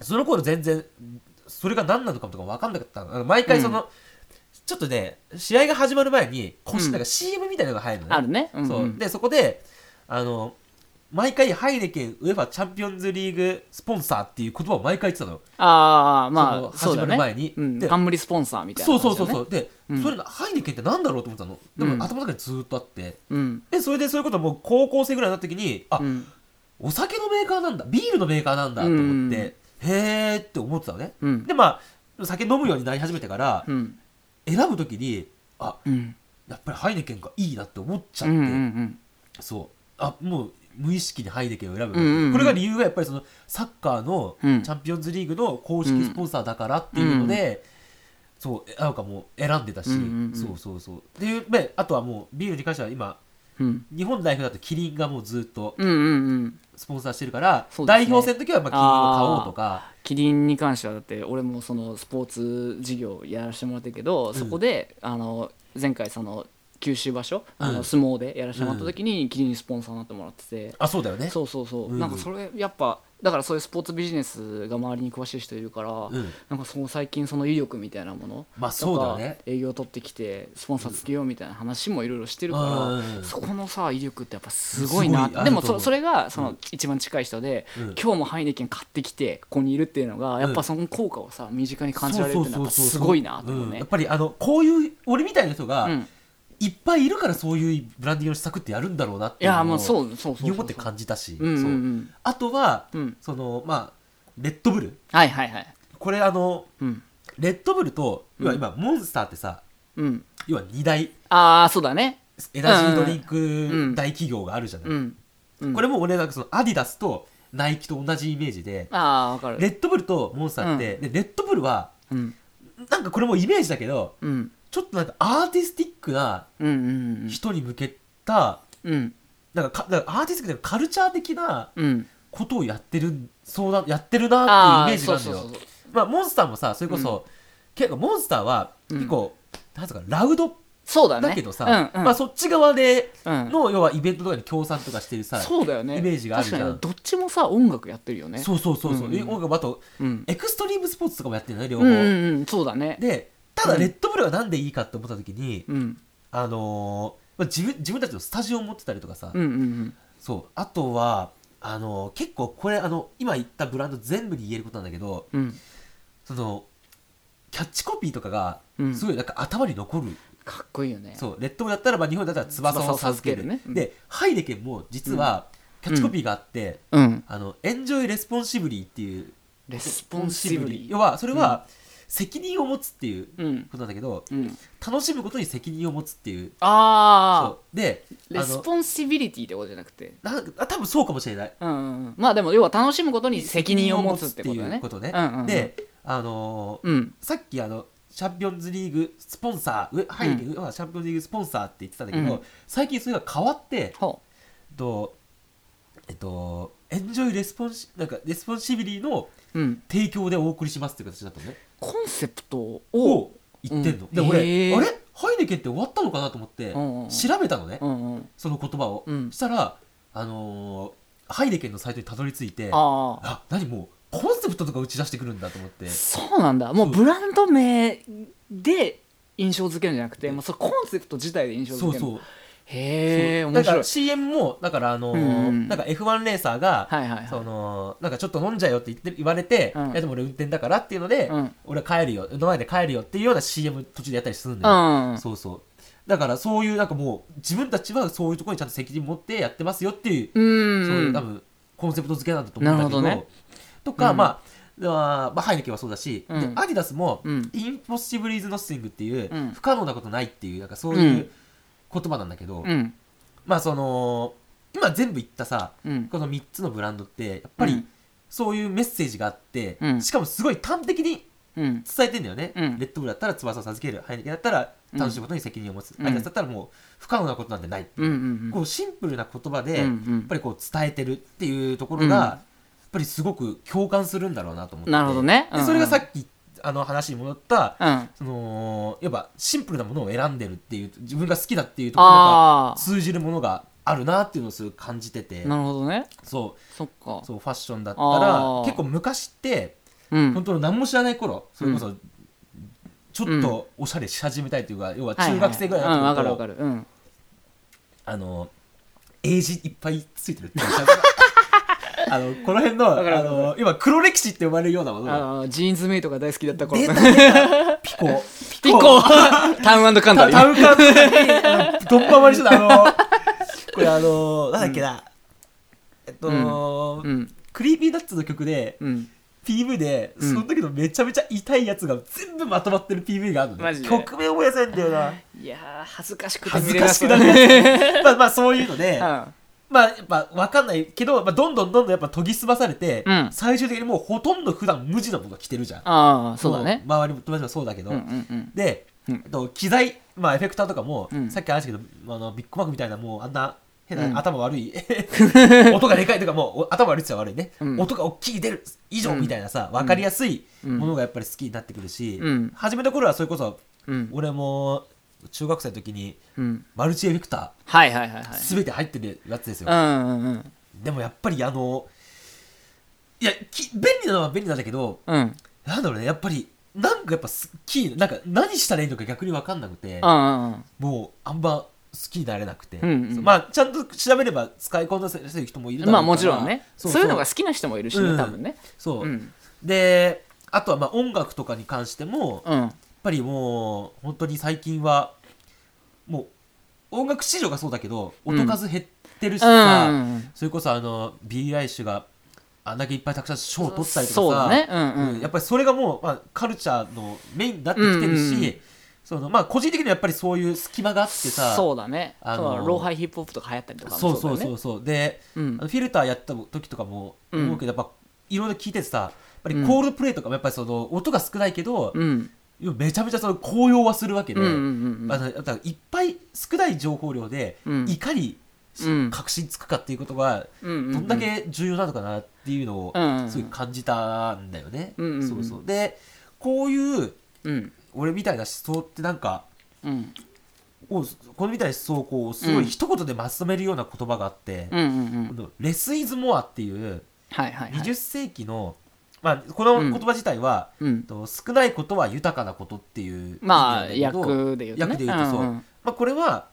Speaker 1: その頃全然それが何なのかとか分かんなかったのあの毎回その、ちょっとね試合が始まる前にこし、
Speaker 2: うん
Speaker 1: なんか CM みたいなのが入るのね
Speaker 2: あるねうんうん
Speaker 1: そうでそこであの毎回ハイネケンウェファチャンピオンズリーグスポンサーっていう言葉を毎回言ってたのよ
Speaker 2: ああまあ
Speaker 1: その
Speaker 2: そうだ
Speaker 1: 始まる前に
Speaker 2: ねうん
Speaker 1: で
Speaker 2: 冠スポンサーみたいな
Speaker 1: そ
Speaker 2: 感
Speaker 1: う
Speaker 2: じだ
Speaker 1: そう
Speaker 2: ね
Speaker 1: そうそうで、
Speaker 2: うん
Speaker 1: それハイネケンってなんだろうと思ったのでも、
Speaker 2: うん
Speaker 1: 頭の中にずーっとあって
Speaker 2: うん
Speaker 1: でそれでそういうこともう高校生ぐらいになった時にあ、
Speaker 2: うん
Speaker 1: お酒のメーカーなんだビールのメーカーなんだと思って、へーって思ってたのね、
Speaker 2: うん
Speaker 1: でまあ酒飲むようになり始めてから、
Speaker 2: うん
Speaker 1: 選ぶ時にあ
Speaker 2: うん
Speaker 1: やっぱりハイネケンがいいなって思っちゃ
Speaker 2: う
Speaker 1: って、
Speaker 2: んうん
Speaker 1: そうあもう無意識にハイネケンを選ぶ、
Speaker 2: うんうんうん
Speaker 1: これが理由がやっぱりそのサッカーのチ
Speaker 2: うん
Speaker 1: ャンピオンズリーグの公式スポンサーだからっていうので、そうえなんかもう選んでたし、
Speaker 2: うんうんうん
Speaker 1: そうそうそうっていうねあとはもうビールに関しては今
Speaker 2: うん
Speaker 1: 日本代表だとキリンがもうずっと
Speaker 2: うんうんうん
Speaker 1: スポンサーしてるから、
Speaker 2: そうです
Speaker 1: 代
Speaker 2: ね
Speaker 1: 表戦の時はまあキリンを買おうとか
Speaker 2: キリンに関してはだって俺もそのスポーツ事業やらせてもらってるけどそこで、あの前回その九州場所、あ
Speaker 1: うん
Speaker 2: の相撲でやらせてもらった時にキリンにスポンサーになってもらってて、
Speaker 1: あそうだよね
Speaker 2: そうそうそう、
Speaker 1: うん
Speaker 2: なんかそれやっぱだからそういうスポーツビジネスが周りに詳しい人いるから、
Speaker 1: ん
Speaker 2: なんかその最近その威力みたいなもの
Speaker 1: まあそうだね
Speaker 2: とか営業取ってきてスポンサーつけようみたいな話もいろいろしてるから、
Speaker 1: うん
Speaker 2: そこのさ威力ってやっぱすごいな
Speaker 1: すごいあ
Speaker 2: で
Speaker 1: ると思
Speaker 2: も
Speaker 1: う
Speaker 2: そそれがその一番近い人で、
Speaker 1: うん
Speaker 2: 今日もハイネケン買ってきてここにいるっていうのがやっぱその効果をさ身近に感じられるっていうのはやっぱすごいなと思う
Speaker 1: うん
Speaker 2: ね
Speaker 1: やっ。ぱりあのこういう俺みたいな人が、
Speaker 2: うん
Speaker 1: いっぱいいるからそういうブランディングの施策ってやるんだろうなって
Speaker 2: い
Speaker 1: いう
Speaker 2: や
Speaker 1: の
Speaker 2: もうそ
Speaker 1: を
Speaker 2: うそうそ
Speaker 1: 身
Speaker 2: うそ
Speaker 1: を
Speaker 2: う
Speaker 1: もって感じたし
Speaker 2: うんうんうん
Speaker 1: そうあとは、
Speaker 2: うん
Speaker 1: そのまあレッドブル
Speaker 2: はいはいはい
Speaker 1: これあの
Speaker 2: うん
Speaker 1: レッドブルと要は今、モンスターってさ
Speaker 2: うん
Speaker 1: 要は2大
Speaker 2: ああそうだね
Speaker 1: エナジードリン
Speaker 2: う
Speaker 1: ク
Speaker 2: ん
Speaker 1: 大企業があるじゃない、
Speaker 2: うん、うん、
Speaker 1: これも俺なんかそのアディダスとナイキと同じイメージで、
Speaker 2: ああわかる
Speaker 1: レッドブルとモンスターって、でレッドブルは
Speaker 2: うん
Speaker 1: なんかこれもイメージだけど
Speaker 2: うん
Speaker 1: ちょっとなんかアーティスティックな
Speaker 2: うんうん
Speaker 1: 人に向けた、
Speaker 2: うんうん
Speaker 1: なんかかなんかアーティスティックでカルチャー的な
Speaker 2: うん
Speaker 1: ことをやってるそうだやってるなっ
Speaker 2: ああ
Speaker 1: ていうイメージがあるんだよ
Speaker 2: そうそう
Speaker 1: まあモンスターもさそれこそ、結構モンスターは結構、なんつうかラウド
Speaker 2: そうだね
Speaker 1: だけどさ、
Speaker 2: うんうん
Speaker 1: まあ、そっち側で
Speaker 2: うん
Speaker 1: の、要はイベントとかに協賛とかしてるさ
Speaker 2: そうだよね
Speaker 1: イメージがあるじゃん
Speaker 2: 確かにどっちもさ音楽やってるよね
Speaker 1: そうそうそうそう、
Speaker 2: うんうん
Speaker 1: 音楽もあと
Speaker 2: うん
Speaker 1: エクストリームスポーツとかもやってるのね両
Speaker 2: う
Speaker 1: 方、
Speaker 2: んうんうんそうだね
Speaker 1: でただ
Speaker 2: うん
Speaker 1: レッドブルはなんでいいかって思った時に、
Speaker 2: うん
Speaker 1: あのーまあ、自分自分たちのスタジオを持ってたりとかさ、
Speaker 2: うんうんうん
Speaker 1: そうあとはあの結構これあの今言ったブランド全部に言えることなんだけど
Speaker 2: うん
Speaker 1: そのキャッチコピーとかが
Speaker 2: うん
Speaker 1: すごいなんか頭に残る、
Speaker 2: かっこいいよね
Speaker 1: そうレッドブルだったらまあ日本だったら翼を授ける
Speaker 2: 翼を授けるねうん
Speaker 1: でハイネケンも実はキャッチコピーがあって、
Speaker 2: うん
Speaker 1: あのエンジョイレスポンシブリーっていう
Speaker 2: レスポンシブリ
Speaker 1: 要はそれは責任を持つっていうこ
Speaker 2: うん
Speaker 1: となんだけど、
Speaker 2: うん
Speaker 1: 楽しむことに責任を持つっていう
Speaker 2: あ
Speaker 1: そうで
Speaker 2: あレスポンシビリティってことじゃなくて
Speaker 1: あのなんかあ多分そうかもしれない
Speaker 2: うんうんうんまあでも要は楽しむことに責任を持つってことだ
Speaker 1: ってい
Speaker 2: ね
Speaker 1: うことね。
Speaker 2: うんうんうん
Speaker 1: で、あのー
Speaker 2: うん
Speaker 1: さっきあのチャンピオンズリーグスポンサー、うハイネケンはチャンピオンズリーグスポンサーって言ってたんだけど、
Speaker 2: うん
Speaker 1: 最近それが変わって、
Speaker 2: ほ
Speaker 1: えっと、えっと、エンジョイレスポンシなんかレスポンシビリーの
Speaker 2: ううん
Speaker 1: 提供でお送りしますっていう形だったのね。
Speaker 2: コンセプト
Speaker 1: を
Speaker 2: を
Speaker 1: 言ってんの。
Speaker 2: うん
Speaker 1: で、俺、
Speaker 2: へー
Speaker 1: あれハイネケンって終わったのかなと思って、
Speaker 2: うんうんうん
Speaker 1: 調べたのね、
Speaker 2: うんうん
Speaker 1: その言葉を。
Speaker 2: うん
Speaker 1: したら、あのーハイネケンのサイトにたどり着いて、
Speaker 2: ああ
Speaker 1: あ何もうコンセプトとか打ち出してくるんだと思って
Speaker 2: そうなんだもう
Speaker 1: そう
Speaker 2: ブランド名で印象付けるんじゃなくてもうそのコンセプト自体で印象
Speaker 1: そう
Speaker 2: 付けるの
Speaker 1: そう
Speaker 2: へえ
Speaker 1: そう
Speaker 2: 面
Speaker 1: だか
Speaker 2: 白い
Speaker 1: ら CM もだからあのー
Speaker 2: うんうん
Speaker 1: なんか F1 レーサーが、
Speaker 2: はいはいは
Speaker 1: そ
Speaker 2: い
Speaker 1: のなんかちょっと飲んじゃうよって言って言われて、
Speaker 2: うん
Speaker 1: いやでも俺運転だからっていうので、
Speaker 2: うん
Speaker 1: 俺は帰るよ飲まないで帰るよっていうような CM 途中でやったりするんだよ、
Speaker 2: うん
Speaker 1: そうそうだからそういうなんかもう自分たちはそういうところにちゃんと責任持ってやってますよっていう、
Speaker 2: うん
Speaker 1: そういう多分コンセプト付けなんだと思うんだけど
Speaker 2: なるほどね
Speaker 1: とか、
Speaker 2: うん
Speaker 1: まあではまあ、ハイネケンはそうだし、
Speaker 2: うん
Speaker 1: でアディダスも、
Speaker 2: うん
Speaker 1: インポッシブリーズ・ノッシングっていう、
Speaker 2: うん
Speaker 1: 不可能なことないっていうなんかそういう言葉なんだけど、
Speaker 2: うん
Speaker 1: まあその今全部言ったさ
Speaker 2: うん
Speaker 1: この3つのブランドってやっぱ
Speaker 2: う
Speaker 1: り
Speaker 2: ん
Speaker 1: そういうメッセージがあって、
Speaker 2: うん
Speaker 1: しかもすごい端的に
Speaker 2: うん
Speaker 1: 伝えてんだよね、
Speaker 2: うん
Speaker 1: レッドブルだったら翼を授けるハイネケンだったら楽しいことに責任を持つ、
Speaker 2: うん
Speaker 1: アイダスだったらもう不可能なことなんてないっていう
Speaker 2: うんうん
Speaker 1: こうシンプルな言葉で、
Speaker 2: うんうん
Speaker 1: やっぱりこう伝えてるっていうところが、
Speaker 2: うん
Speaker 1: やっぱりすごく共感するんだろうなと思ってて
Speaker 2: なるほどねうんう
Speaker 1: で
Speaker 2: ん
Speaker 1: それがさっきあの話に戻った、
Speaker 2: うん
Speaker 1: そのやっぱシンプルなものを選んでるっていう自分が好きだっていうところが
Speaker 2: あ
Speaker 1: 通じるものがあるなっていうのをすごく感じてて
Speaker 2: あなるほどね
Speaker 1: そう
Speaker 2: そっか
Speaker 1: そうファッションだったら
Speaker 2: あー
Speaker 1: 結構昔って
Speaker 2: うん
Speaker 1: 本当の何も知らない頃それこそ、ちょっとおしゃれし始めたいというか、要は中学生ぐらい
Speaker 2: だうん
Speaker 1: だ
Speaker 2: わ
Speaker 1: った
Speaker 2: かる
Speaker 1: と
Speaker 2: わかるうん
Speaker 1: あの、エイジいっぱいつい てるっていうあの、この辺の、
Speaker 2: わかる
Speaker 1: あ
Speaker 2: わかる
Speaker 1: の、今、黒歴史って呼ばれるようなものが。
Speaker 2: ああジーンズメイトが大好きだった頃
Speaker 1: 出た出たピコ。
Speaker 2: ピコタウンカン
Speaker 1: タ
Speaker 2: タ
Speaker 1: ウ
Speaker 2: リ
Speaker 1: ン
Speaker 2: ー
Speaker 1: カントリーあのどんばまりしてた、あの、これあの、なんだっけな。えっと
Speaker 2: う、ん
Speaker 1: クリーピーナッツの曲で、
Speaker 2: うん、
Speaker 1: PV で、その時のめちゃめちゃ痛いやつが全部まとまってる PV があるのね
Speaker 4: マジで
Speaker 1: 曲名覚えやせんだよな。
Speaker 2: いやー恥ずかしくて
Speaker 1: 恥
Speaker 2: 見
Speaker 1: ず
Speaker 2: れ
Speaker 1: か
Speaker 2: な
Speaker 1: しく
Speaker 2: そう
Speaker 1: な
Speaker 2: だ
Speaker 1: る
Speaker 2: ね
Speaker 1: やつ。 まあまあ、そういうの で、
Speaker 2: うん
Speaker 1: まあ、やっぱ分かんないけど、まあ、どんどんどんどんやっぱ研ぎ澄まされて、
Speaker 2: うん
Speaker 1: 最終的にもうほとんど普段無地のもの着てるじゃん。
Speaker 2: ああそうだね
Speaker 1: もう周りも友達もそうだけど。
Speaker 2: うんうんうん
Speaker 1: で、
Speaker 2: うん
Speaker 1: あと機材、まあ、エフェクターとかも、
Speaker 2: うん
Speaker 1: さっき話したけどあのビッグマックみたいなもうあんな変な、
Speaker 2: うん
Speaker 1: 頭悪 い 音がでかいとかもうお頭悪いっちゃ悪いね、
Speaker 2: うん
Speaker 1: 音が大きい出る以上
Speaker 2: うん
Speaker 1: みたいなさ分かりやすい
Speaker 2: うん
Speaker 1: ものがやっぱり好きになってくるし、
Speaker 2: うん
Speaker 1: 初めの頃はそれこそ
Speaker 2: うん
Speaker 1: 俺も中学生の時に
Speaker 2: うん
Speaker 1: マルチエフェクタ
Speaker 2: はいはいはいはい
Speaker 1: ー全て入ってるやつですよ、
Speaker 2: うんうんうん
Speaker 1: でもやっぱりあのいやき便利なのは便利なんだけど
Speaker 2: うんうん
Speaker 1: なんだろうねやっぱりなんかやっぱ好きなんか何したらいいのか逆に分かんなくて
Speaker 2: うんうん
Speaker 1: もうあんま好きになれなくて、
Speaker 2: んうん
Speaker 1: そうまあちゃんと調べれば使いこなせる人もいるだろう
Speaker 2: まあもちろんね
Speaker 1: そ
Speaker 2: そうう
Speaker 1: そう
Speaker 2: いうのが好きな人もいるし
Speaker 1: う
Speaker 2: ね
Speaker 1: ん
Speaker 2: 多分ね
Speaker 1: そう、
Speaker 2: うん
Speaker 1: であとはまあ音楽とかに関してもやっ
Speaker 2: うん
Speaker 1: ぱりもう本当に最近はもう音楽市場がそうだけど
Speaker 2: うん
Speaker 1: 音数減ってるし
Speaker 2: うん
Speaker 1: さ、
Speaker 2: うん
Speaker 1: それこそあの B ライシュがあんだけいっぱいたくさん賞を取ったりとかさ
Speaker 2: そうだねうんう
Speaker 1: うん
Speaker 2: ん
Speaker 1: やっぱりそれがもう、まあ、カルチャーのメインになってきてるし、
Speaker 2: うんうんうん
Speaker 1: そのまあ、個人的にはやっぱりそういう隙間があってさ
Speaker 2: そうだね
Speaker 1: あ
Speaker 2: そ
Speaker 1: のー
Speaker 2: うローハイヒップホップとか流行ったりとかも
Speaker 1: そうそう
Speaker 2: だ
Speaker 1: そ
Speaker 2: よね
Speaker 1: うそうで、
Speaker 2: うん
Speaker 1: あのフィルターやった時とかも
Speaker 2: うん
Speaker 1: 思うけど、やっぱいろいろ聞いててさやっぱり
Speaker 2: うん
Speaker 1: コールドプレイとかもやっぱりその音が少ないけど、
Speaker 2: うん
Speaker 1: めちゃめちゃその高揚はするわけで、
Speaker 2: うんうんうんうん
Speaker 1: あのだからいっぱい少ない情報量で、
Speaker 2: うん
Speaker 1: いかに
Speaker 2: うん
Speaker 1: 確信つくかっていうことが
Speaker 2: うんうんうん
Speaker 1: どんだけ重要なのかなっていうのを
Speaker 2: うんうん
Speaker 1: すごい感じたんだよね。
Speaker 2: うんうんうん
Speaker 1: そうそうでこういう
Speaker 2: うん
Speaker 1: 俺みたいな思想ってなんか
Speaker 2: うん
Speaker 1: をこのみたいな思想をこうすごい一言でまとめるような言葉があって、
Speaker 2: うんうんうん
Speaker 1: このレス・イズ・モアっていう
Speaker 2: はいはいはい
Speaker 1: 20世紀の、まあ、この言葉自体は、
Speaker 2: うん
Speaker 1: と少ないことは豊かなことっていう
Speaker 2: まあ
Speaker 1: 意味なんだけど
Speaker 2: 訳で言うとね
Speaker 1: 訳で言うとそう、
Speaker 2: うんうん
Speaker 1: まあ、これは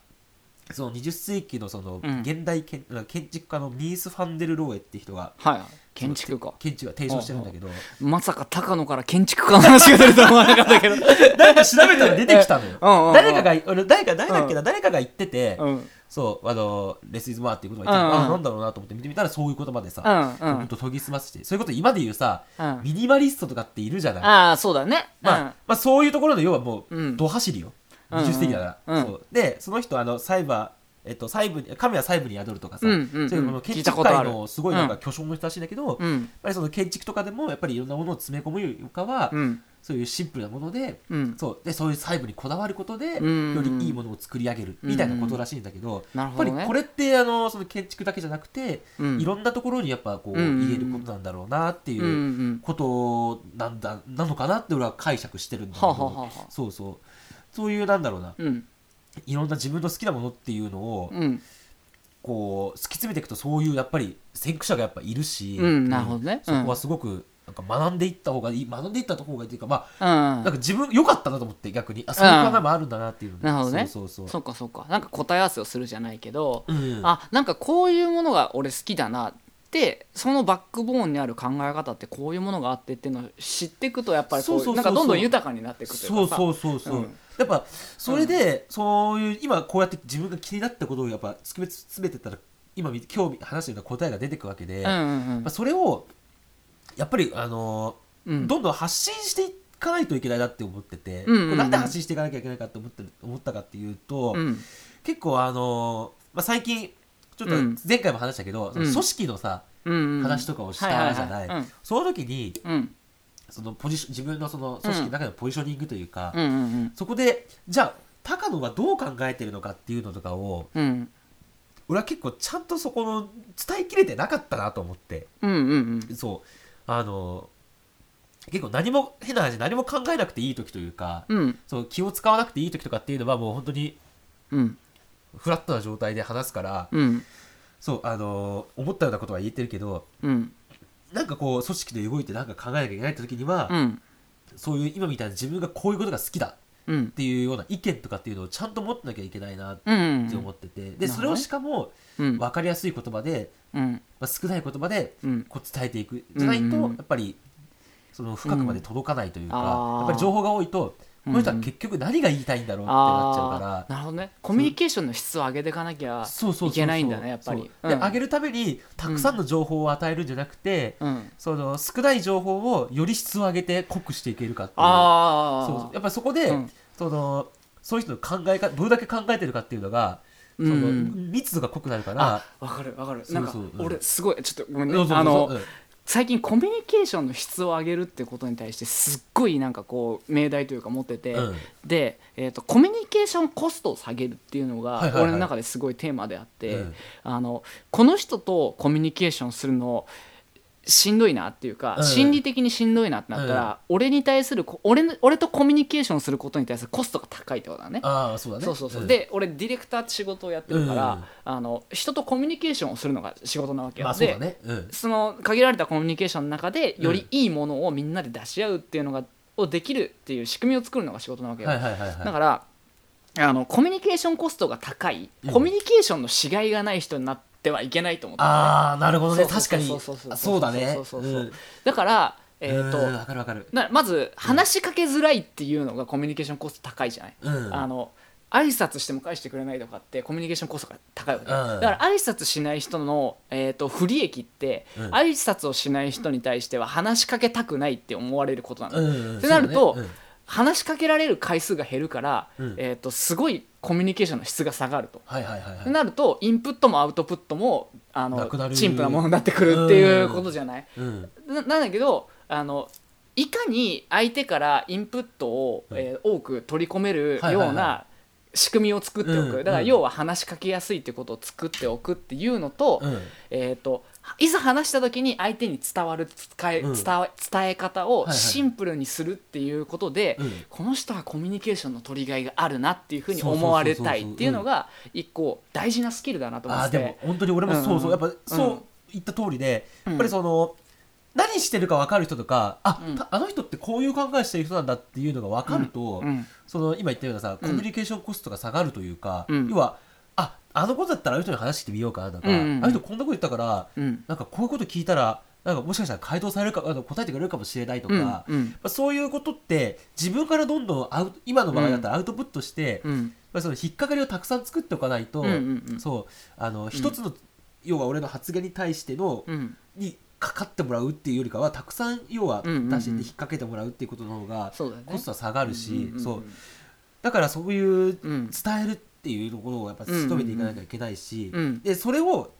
Speaker 1: その20世紀のその
Speaker 2: うん
Speaker 1: 現代建,、建築家のニース・ファンデル・ローエっていう人が
Speaker 2: はいはい建築家
Speaker 1: 建築が提唱してるんだけど
Speaker 2: まさか高野から建築家の話が出るとは思わなかったけど
Speaker 1: 誰か調べたら出てきたのよ
Speaker 2: うんうんうん
Speaker 1: 誰かが俺誰か誰だっけな、
Speaker 2: う
Speaker 1: 誰かが言ってて、
Speaker 2: うんうん
Speaker 1: そうあのレス・イズ・マーっていうことが言って
Speaker 2: う
Speaker 1: て、
Speaker 2: んうん
Speaker 1: あなんだろうなと思って見てみたらそういう言葉でさ、
Speaker 2: う
Speaker 1: ほん
Speaker 2: ん
Speaker 1: と研ぎ澄ましてそういうこと今で言うさ、
Speaker 2: うん
Speaker 1: ミニマリストとかっているじゃない
Speaker 2: ああそうだね
Speaker 1: まあまあ、そういうところの要はも
Speaker 2: う
Speaker 1: うんド走りよ、
Speaker 2: うん
Speaker 1: 20世紀だから、
Speaker 2: うん
Speaker 1: そうでその人あのサイバー、えっと、細部に神は細部に宿るとかさ、
Speaker 2: うんうんうん
Speaker 1: そういうこの建
Speaker 2: 聞いた
Speaker 1: 築
Speaker 2: こと
Speaker 1: 界
Speaker 2: ある
Speaker 1: のすごいなんか巨匠の人らしいんだけど、
Speaker 2: う
Speaker 1: やっ
Speaker 2: ん
Speaker 1: ぱりその建築とかでもやっぱりいろんなものを詰め込むよりかは、
Speaker 2: うん
Speaker 1: そういうシンプルなもので,、
Speaker 2: うん
Speaker 1: そうでそういう細部にこだわることで、
Speaker 2: ん
Speaker 1: よりいいものを作り上げるみたいなことらしいんだけど、
Speaker 2: な
Speaker 1: や
Speaker 2: る
Speaker 1: っ
Speaker 2: ほ
Speaker 1: ぱ
Speaker 2: ど
Speaker 1: り
Speaker 2: ね
Speaker 1: これってあのその建築だけじゃなくて、
Speaker 2: うん
Speaker 1: いろんなところにやっぱこう
Speaker 2: うん
Speaker 1: 言えることなんだろうなっていう。
Speaker 2: うんうん
Speaker 1: ことなんだなのかなって俺は解釈してるんだけど、
Speaker 2: はあはあはあはあ
Speaker 1: そうそうそういうなんだろうな
Speaker 2: うん
Speaker 1: いろんな自分の好きなものっていうのを、
Speaker 2: うん
Speaker 1: こう突き詰めていくとそういうやっぱり先駆者がやっぱいるし、
Speaker 2: うんなるほどね
Speaker 1: そこはすごくなんか学んでいった方がいい学んでいった方がいいというかま
Speaker 2: う
Speaker 1: あ
Speaker 2: ん
Speaker 1: なんか自分良かったなと思って逆にあそういう考えもあるんだなっていうので
Speaker 2: なるほどね
Speaker 1: そうそうそ
Speaker 2: そうかそうかなんか答え合わせをするじゃないけど
Speaker 1: う、うん、
Speaker 2: あなんかこういうものが俺好きだなってそのバックボーンにある考え方ってこういうものがあってっていうのを知っていくとやっぱりこ
Speaker 1: そうそうそう
Speaker 2: う
Speaker 1: そう
Speaker 2: なんかどんどん豊かになっていくというか
Speaker 1: そう
Speaker 2: さ
Speaker 1: そうそうそう、
Speaker 2: うん
Speaker 1: やっぱそれで、そういう今こうやって自分が気になったことをやっぱ突き詰めてったら今み今日話してるような答えが出てくるわけで、
Speaker 2: うんうん
Speaker 1: まあ、それをやっぱり、あのー
Speaker 2: うん
Speaker 1: どんどん発信していかないといけないなって思ってて、
Speaker 2: うんうんうん
Speaker 1: これなんで発信していかなきゃいけないかって思ってる思ったかっていうと、
Speaker 2: うんうん
Speaker 1: 結構、あのーまあ、最近ちょっと
Speaker 2: うん
Speaker 1: 前回も話したけど、その組織のさ、
Speaker 2: うんうん
Speaker 1: 話とかをしたじゃない,、
Speaker 2: はいはいはいうん
Speaker 1: その時に
Speaker 2: うん
Speaker 1: そのポジション自分のその組織の中のポジショニングというか、
Speaker 2: うんうん
Speaker 1: そこでじゃあ高野はどう考えてるのかっていうのとかを
Speaker 2: うんうん
Speaker 1: 俺は結構ちゃんとそこの伝えきれてなかったなと思って。
Speaker 2: うんうん
Speaker 1: そうあの結構何も変な話何も考えなくていい時というか、
Speaker 2: うん
Speaker 1: そう気を使わなくていい時とかっていうのはもう本当に
Speaker 2: うん
Speaker 1: フラットな状態で話すから、
Speaker 2: うん
Speaker 1: そうあの思ったようなことは言えてるけど
Speaker 2: うん
Speaker 1: なんかこう組織で動いてなんか考えなきゃいけないって時には、
Speaker 2: うん
Speaker 1: そういう今みたいな自分がこういうことが好きだ
Speaker 2: うん
Speaker 1: っていうような意見とかっていうのをちゃんと持ってなきゃいけないなっ
Speaker 2: うん
Speaker 1: て思ってて、で
Speaker 2: なるほどね
Speaker 1: それをしかも
Speaker 2: うん
Speaker 1: 分かりやすい言葉で、
Speaker 2: うん
Speaker 1: まあ、少ない言葉で
Speaker 2: うん
Speaker 1: こう伝えていくじゃないと、
Speaker 2: うんうん
Speaker 1: や
Speaker 2: うん
Speaker 1: っぱりその深くまで届かないというか、
Speaker 2: うんあー
Speaker 1: やっぱり情報が多いと、この人は結局何が言いたいんだろうってなっちゃうか
Speaker 2: あー
Speaker 1: ら、
Speaker 2: なるほどねコミュニケーションの質を上げていかなきゃ
Speaker 1: そうそうそうそう
Speaker 2: いけないんだねやっぱり
Speaker 1: そうで
Speaker 2: うん
Speaker 1: 上げるためにたくさんの情報を与えるんじゃなくて、
Speaker 2: うん
Speaker 1: その少ない情報をより質を上げて濃くしていけるかっていう
Speaker 2: あ
Speaker 1: そうそう
Speaker 2: あ
Speaker 1: やっぱりそこで、
Speaker 2: うん
Speaker 1: そのそういう人の考え方どれだけ考えてるかっていうのがその、
Speaker 2: うん
Speaker 1: 密度が濃くなるから
Speaker 2: あ。わかるわかる
Speaker 1: そう
Speaker 2: なんか
Speaker 1: そううん
Speaker 2: 俺すごいちょっとごめん
Speaker 1: そうそ
Speaker 2: ね
Speaker 1: うそう
Speaker 2: あの
Speaker 1: うん
Speaker 2: 最近コミュニケーションの質を上げるってことに対してすっごいなんかこう命題というか持ってて、
Speaker 1: うん
Speaker 2: で、えー、とコミュニケーションコストを下げるっていうのが
Speaker 1: はいはいはい
Speaker 2: 俺の中ですごいテーマであって、
Speaker 1: うん
Speaker 2: あのこの人とコミュニケーションするのしんどいなっていうか、
Speaker 1: うん
Speaker 2: 心理的にしんどいなってなったら、俺に対するこ俺の俺とコミュニケーションすることに対するコストが高いってことだね。
Speaker 1: ああそうだね
Speaker 2: そうそうそう、
Speaker 1: ん
Speaker 2: で俺ディレクターって仕事をやってるから、
Speaker 1: うん
Speaker 2: あの人とコミュニケーションをするのが仕事なわけよ、
Speaker 1: まあそうだ
Speaker 2: で
Speaker 1: ねうん
Speaker 2: その限られたコミュニケーションの中でよりいいものをみんなで出し合うっていうのが、をできるっていう仕組みを作るのが仕事なわけよ、
Speaker 1: はいはいはいはい
Speaker 2: だからあのコミュニケーションコストが高い、
Speaker 1: うん
Speaker 2: コミュニケーションのしがいがない人になってはいけないと思ってる
Speaker 1: ああなるほどね
Speaker 2: そう
Speaker 1: 確かに
Speaker 2: そうそうそう
Speaker 1: あそうだね
Speaker 2: そうそうそう
Speaker 1: う
Speaker 2: そうんだからえっ、と、
Speaker 1: うんわかるわかる
Speaker 2: なまず話しかけづらいっていうのがコミュニケーションコスト高いじゃない、
Speaker 1: うん
Speaker 2: あの挨拶しても返してくれないとかってコミュニケーションコストが高いわけ、
Speaker 1: うん
Speaker 2: だから挨拶しない人の、えー、と不利益って、
Speaker 1: うん
Speaker 2: 挨拶をしない人に対しては話しかけたくないって思われることなの、
Speaker 1: うん
Speaker 2: ってなると、
Speaker 1: そうだね
Speaker 2: 話しかけられる回数が減るから、
Speaker 1: うん
Speaker 2: えー、とすごいコミュニケーションの質が下がると。
Speaker 1: はいはいはいはい
Speaker 2: なるとインプットもアウトプットもあ
Speaker 1: な
Speaker 2: の
Speaker 1: くなる
Speaker 2: 陳腐なものになってくるっていうことじゃない、
Speaker 1: うん
Speaker 2: ななんだけどあのいかに相手からインプットを、
Speaker 1: うん
Speaker 2: えー多く取り込める
Speaker 1: はいはい
Speaker 2: ような仕組みを作っておく、
Speaker 1: うん
Speaker 2: だから
Speaker 1: うん
Speaker 2: 要は話しかけやすいってことを作っておくっていうのと,、
Speaker 1: うん
Speaker 2: えー、といざ話した時に相手に伝わる使え
Speaker 1: うん
Speaker 2: 伝わ伝え
Speaker 1: は
Speaker 2: 方
Speaker 1: い
Speaker 2: を
Speaker 1: はい
Speaker 2: シンプルにするっていうことで、
Speaker 1: うん
Speaker 2: この人はコミュニケーションの取りがいがあるなっていうふうに
Speaker 1: そうそうそうそう
Speaker 2: 思われたいっていうのが一個大事なスキルだなと思
Speaker 1: あ
Speaker 2: っ
Speaker 1: ー
Speaker 2: て
Speaker 1: で
Speaker 2: て。
Speaker 1: も本当に俺もそうそう、
Speaker 2: う
Speaker 1: やっ
Speaker 2: ん
Speaker 1: ぱ
Speaker 2: う
Speaker 1: そうん言った通りで、
Speaker 2: うん
Speaker 1: やっぱりその何してるか分かる人とかあ、
Speaker 2: うん
Speaker 1: たあの人ってこういう考えしてる人なんだっていうのが分かると、
Speaker 2: うん
Speaker 1: その今言ったようなさコ
Speaker 2: うん
Speaker 1: ミュニケーションコストが下がるというか、
Speaker 2: うん
Speaker 1: 要はああのことだったらあの人に話してみようかなとか、
Speaker 2: うんうんうん
Speaker 1: あの人こんなこと言ったから
Speaker 2: うん
Speaker 1: なんかこういうこと聞いたらなんかもしかしたら回答されるかあの答えてくれるかもしれないとか、やっ
Speaker 2: うんうん
Speaker 1: ぱそういうことって自分からどんどんアウト今の場合だったらアウトプットして、やっ
Speaker 2: うん
Speaker 1: ぱりその引っかかりをたくさん作っておかないと、
Speaker 2: うんうんうん
Speaker 1: そうあの一つの、要は俺の発言に対しての、
Speaker 2: うん
Speaker 1: にかかってもらうっていうよりかはたくさん要は
Speaker 2: うんうんうん
Speaker 1: 出して引っ掛けてもらうっていうことの方が
Speaker 2: そうだよね
Speaker 1: コストは下がるし、
Speaker 2: うんうんうん
Speaker 1: そうだからそういう
Speaker 2: うん
Speaker 1: 伝えるっていうところをやっぱ努めていかなきゃいけないし、
Speaker 2: うん
Speaker 1: でそれを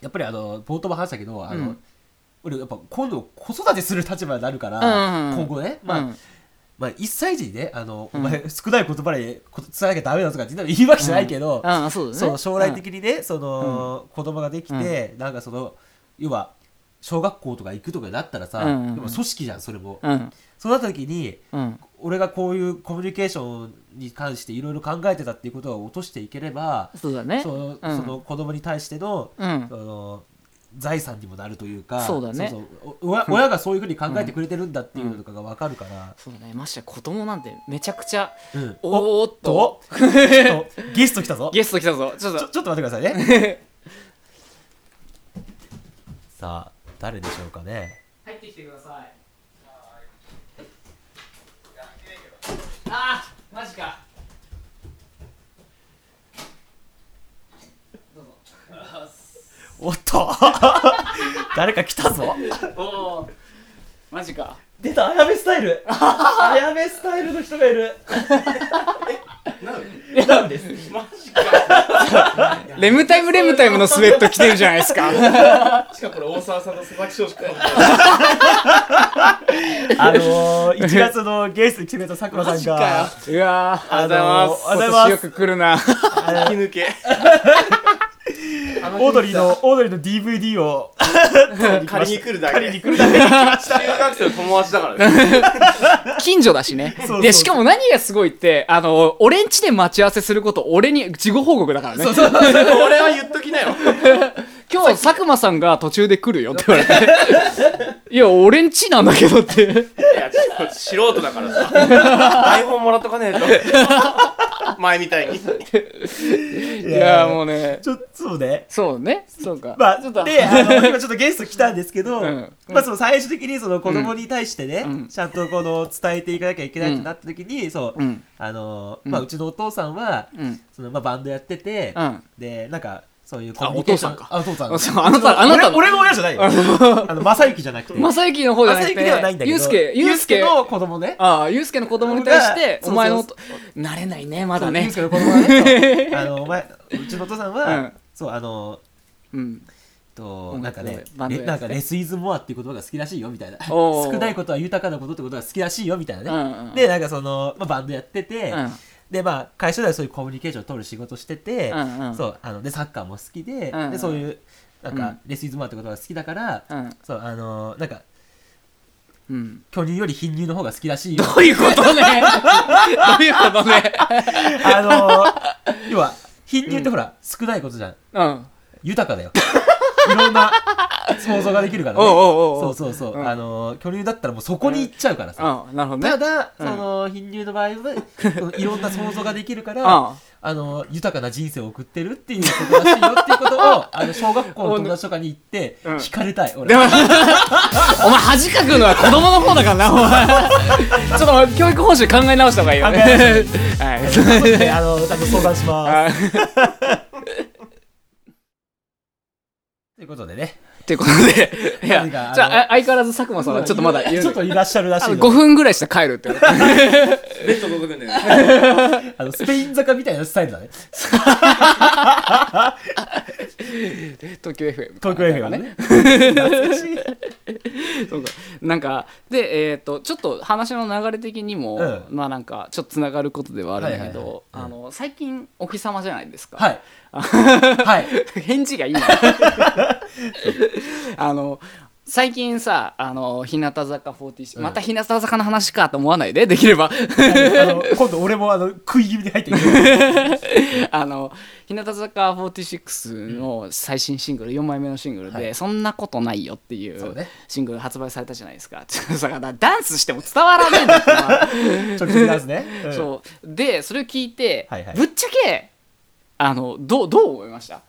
Speaker 1: やっぱりあの冒頭も話したけどあの、
Speaker 2: うん
Speaker 1: 俺やっぱ今度子育てする立場になるから、
Speaker 2: うんうんう
Speaker 1: 今
Speaker 2: ん
Speaker 1: 後ね、まあ
Speaker 2: うん
Speaker 1: まあ、1歳児にねあの、
Speaker 2: うん
Speaker 1: お前少ない言葉でこ伝えなきゃダメだとかって言うわけじゃないけど、
Speaker 2: ああそうだね
Speaker 1: そう将来的にね、その、子供ができて、なんかその要は小学校とか行くとかになったらさ、
Speaker 2: うんうんうん
Speaker 1: でも組織じゃんそれも、
Speaker 2: うん
Speaker 1: そうなった時に
Speaker 2: うん
Speaker 1: 俺がこういうコミュニケーションに関していろいろ考えてたっていうことを落としていければ
Speaker 2: そうだね
Speaker 1: その,、
Speaker 2: うん
Speaker 1: その子供に対しての,、
Speaker 2: うん
Speaker 1: その財産にもなるというか
Speaker 2: そうだね
Speaker 1: そうそうお親親がそういうふうに考えてくれてるんだっていうのとかが分かるから、
Speaker 2: そうだねましてや子供なんてめちゃくちゃ
Speaker 1: うん
Speaker 2: おおっと
Speaker 1: とちょっとゲスト来たぞ
Speaker 2: ゲスト来たぞちょっ
Speaker 1: ちょ
Speaker 2: と
Speaker 1: ちょっと待ってくださいね さあ誰でしょうかね
Speaker 2: 入ってきてくださいあーマジか
Speaker 1: おっと 誰か来たぞ
Speaker 2: おおマジか
Speaker 1: 出た綾部スタイル綾部スタイルの人がいる なんです
Speaker 2: レムタイムレムタイムのスウェット着てるじゃないですか
Speaker 5: しかもこれ大沢さんの佐々木翔しか
Speaker 1: あのー、1月のゲストに来てくれた佐久間さんが
Speaker 2: うわー
Speaker 1: あのー
Speaker 2: ありがとうご
Speaker 1: あ
Speaker 2: ざいます今年
Speaker 1: りが
Speaker 2: よ
Speaker 1: と
Speaker 2: く来るな
Speaker 5: 引き抜け
Speaker 1: オードリーのオードリーの DVD を
Speaker 5: 借りに来るだけ
Speaker 1: 借りに来るだけ
Speaker 5: 中学生の友達だからね
Speaker 2: 近所だしね
Speaker 1: そう
Speaker 2: でしかも何がすごいってあの俺ん家で待ち合わせすること俺に事後報告だからね
Speaker 5: 俺は言っときなよ
Speaker 2: 今日佐久間さんが途中で来るよって言わ れていや俺んちなんだけどって
Speaker 5: いやちょっと素人だからさ 台本もらっとかねえと前みたいに
Speaker 2: いやもうね
Speaker 1: ちょっとそうね
Speaker 2: そうねそうか、
Speaker 1: まあ、
Speaker 2: ちょっと
Speaker 1: で、あ の今ちょっとゲスト来たんですけど、
Speaker 2: うん
Speaker 1: まあその最終的にその子供に対してね、
Speaker 2: うん
Speaker 1: ちゃんとこの伝えていかなきゃいけないってなった時に、そう、
Speaker 2: うん
Speaker 1: あの、まあうちのお父さんは、
Speaker 2: うん
Speaker 1: そのまあバンドやってて、
Speaker 2: うん
Speaker 1: で、なんかそういうコ
Speaker 2: あ
Speaker 1: ミュニケーション
Speaker 2: お父さんか
Speaker 1: あ、お父さん
Speaker 2: あそうあなたあなた
Speaker 1: 俺俺の親じゃないよ。あの、正幸じゃなくて。
Speaker 2: 正幸の方じゃなく
Speaker 1: 正
Speaker 2: て
Speaker 1: 幸ではないんだけど、
Speaker 2: ゆうすけゆうすけ
Speaker 1: の子供ね。
Speaker 2: ああゆうすけの子供に対して
Speaker 1: が
Speaker 2: お前の
Speaker 1: そう
Speaker 2: 音慣れないねまだ
Speaker 1: ゆ
Speaker 2: ね
Speaker 1: うすけの子供はね、 そうあの、お前、うちのお父さんは、
Speaker 2: うん
Speaker 1: そう、あの、
Speaker 2: うん
Speaker 1: と
Speaker 2: 音
Speaker 1: なんか
Speaker 2: 楽
Speaker 1: ね
Speaker 2: のバンドやっ
Speaker 1: レ
Speaker 2: て
Speaker 1: なんかレス・イズ・モアっていう言葉が好きらしいよみたいな
Speaker 2: おー
Speaker 1: 少ないことは豊かなことってことが好きらしいよみたいなね、
Speaker 2: うんうん
Speaker 1: でなんかその、まあ、バンドやってて、
Speaker 2: うん
Speaker 1: でまあ会社ではそういうコミュニケーションを取る仕事してて、
Speaker 2: うんうん
Speaker 1: そうあのでサッカーも好きで,、
Speaker 2: うんうん
Speaker 1: でそういうなんか、レス・イズ・モアって言葉が好きだから、
Speaker 2: うん
Speaker 1: そうあのーなんか
Speaker 2: うん
Speaker 1: 巨乳より貧乳の方が好きら しいよ
Speaker 2: どういうことねどういうことね
Speaker 1: あのー、要は貧乳ってほら、少ないことじゃん
Speaker 2: うん
Speaker 1: 豊かだよ いろんな想像ができるからね
Speaker 2: おうおうおうおう
Speaker 1: そうそうそう、
Speaker 2: うん
Speaker 1: あのー巨乳だったらもうそこに行っちゃうからさ、
Speaker 2: うんなるほどね
Speaker 1: ただ、その貧乳の場合 はそのいろんな想像ができるから、
Speaker 2: うん
Speaker 1: あの豊かな人生を送ってるっていうことらしいよっていうことをあの小学校の友達とかに行って
Speaker 2: うん
Speaker 1: 惹かれたい俺
Speaker 2: でもお前恥かくのは子供の方だからなお前ちょっと教育方針考え直した方がいいよねはい
Speaker 1: で あのちゃんと相談します
Speaker 2: はい
Speaker 1: ということでね
Speaker 2: っていうことで、いや、
Speaker 1: 何
Speaker 2: じ
Speaker 1: かあ
Speaker 2: ゃ
Speaker 1: の
Speaker 2: あ、あ相変わらず佐久間さんはちょっとまだいる
Speaker 1: ちょっといらっしゃるらし
Speaker 2: あ
Speaker 1: い
Speaker 2: の
Speaker 1: の
Speaker 2: 5分ぐらいしたら帰るって言われて
Speaker 5: ベッド届くんだよね。
Speaker 1: あのスペイン坂みたいなスタイルだね
Speaker 2: 東京 FM
Speaker 1: 東京 FM は ね
Speaker 2: そうかなんかでえっ、とちょっと話の流れ的にも、
Speaker 1: うん
Speaker 2: まあなんかちょっとつながることではあるんだけ
Speaker 1: はいはい
Speaker 2: ど、あの最近お日様じゃないですか、
Speaker 1: はい はい
Speaker 2: 返事がい いなあの最近さあの日向坂46、また日向坂の話かと思わないでできれば
Speaker 1: あ の今度俺もあの食い気味に入ってくる
Speaker 2: あの日向坂46の最新シングル4枚目のシングルで、
Speaker 1: はい
Speaker 2: そんなことないよ」ってい
Speaker 1: そう
Speaker 2: う
Speaker 1: ね
Speaker 2: シングル発売されたじゃないですかだからダンスしても伝わらないんだって今
Speaker 1: 直接なんですね、うん
Speaker 2: そうでそれを聞いて、
Speaker 1: はいはい
Speaker 2: ぶっちゃけあのどうどう思いました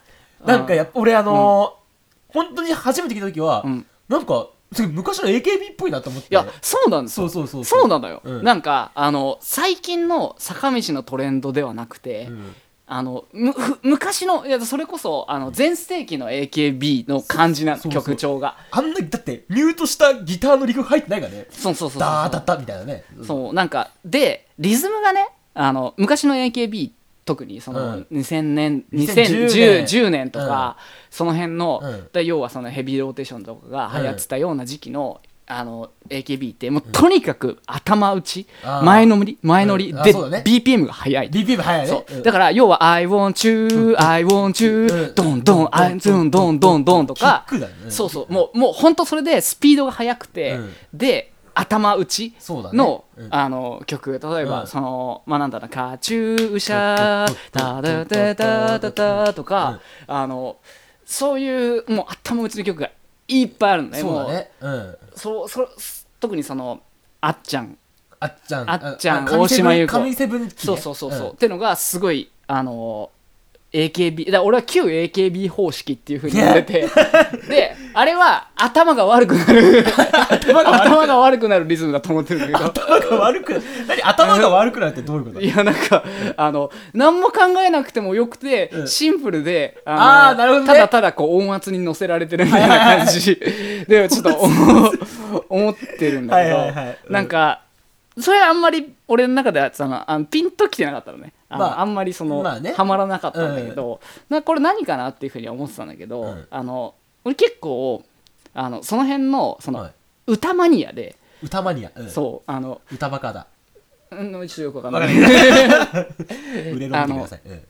Speaker 1: なんかやっぱ俺あのー本当に初めて聞いた時は、
Speaker 2: うん
Speaker 1: なんかそれ昔の AKB っぽいなと思って
Speaker 2: いやそうなんです
Speaker 1: そ
Speaker 2: よ
Speaker 1: うそうそう
Speaker 2: そうなのよ、
Speaker 1: うん
Speaker 2: なんかあの最近の坂道のトレンドではなくて、
Speaker 1: うん
Speaker 2: あのむふ昔のいやそれこそあの全盛期の AKB の感じなの
Speaker 1: そうそう
Speaker 2: 曲調が
Speaker 1: あんなだってミュートしたギターのリフ入ってないからね
Speaker 2: そうそうそうそう
Speaker 1: ダーダッダみたいなねうん
Speaker 2: そうなんかでリズムがねあの昔の AKB 特にその、
Speaker 1: うん
Speaker 2: 2000年
Speaker 1: 2010
Speaker 2: 2010
Speaker 1: 年
Speaker 2: 10年とか、その辺の、
Speaker 1: うん
Speaker 2: で要はそのヘビーローテーションとかが流行ってたような時期の,、あの AKB ってもうとにかく頭打ち、
Speaker 1: あー
Speaker 2: 前のり前乗り、
Speaker 1: うんあ
Speaker 2: で、
Speaker 1: そうだね
Speaker 2: BPM が速い。
Speaker 1: BPM 早いね
Speaker 2: そ
Speaker 1: うん
Speaker 2: うだから要は「I want you I want you
Speaker 1: ん
Speaker 2: ドンドン I ドンドンドンドン」とか
Speaker 1: キックだよね
Speaker 2: そうそうもうもう本当それでスピードが速くて
Speaker 1: うん
Speaker 2: で頭打ち
Speaker 1: そうだね
Speaker 2: の
Speaker 1: うん
Speaker 2: あの曲例え
Speaker 1: うん
Speaker 2: ばそのまあなんだろうな「カチューシャータタタタタタ」とかあのそういうもう頭打ちの曲がいっぱいあるのね
Speaker 1: そう
Speaker 2: も
Speaker 1: だ
Speaker 2: う
Speaker 1: ねうん
Speaker 2: そうそう特にそのあっちゃん
Speaker 1: あっちゃん
Speaker 2: あっちゃん
Speaker 1: 神
Speaker 2: 大島優子
Speaker 1: 神セブン
Speaker 2: そうそうそうそう、ってのがすごいあの AKB だから俺は旧 AKB 方式っていうふうに言われてであれは頭が悪くな る頭が悪くなるリズムだと思ってるんだけど
Speaker 1: 頭が悪く何頭が悪くなるってどういうこと
Speaker 2: いやなんかあの何も考えなくてもよくて、
Speaker 1: うん
Speaker 2: シンプルであ
Speaker 1: あーなるほどね
Speaker 2: ただただこう音圧に乗せられてるみたいな感じ でちょっと思う思ってるんだけど、
Speaker 1: はいはいはいうん
Speaker 2: なんかそれはあんまり俺の中ではそのあのピンときてなかったのねあの、
Speaker 1: まあ
Speaker 2: あんまりその、
Speaker 1: まあね
Speaker 2: はまらなかったんだけど、なこれ何かなっていうふうには思ってたんだけど、
Speaker 1: うん
Speaker 2: あの俺結構あのその辺のその、
Speaker 1: はい
Speaker 2: 歌マニアで、
Speaker 1: 歌マニアうん
Speaker 2: そうあの
Speaker 1: 歌バカだ
Speaker 2: うんちょっとよくわかん
Speaker 1: わ
Speaker 2: な
Speaker 1: か
Speaker 2: い
Speaker 1: りました 売れろ見てくださいうん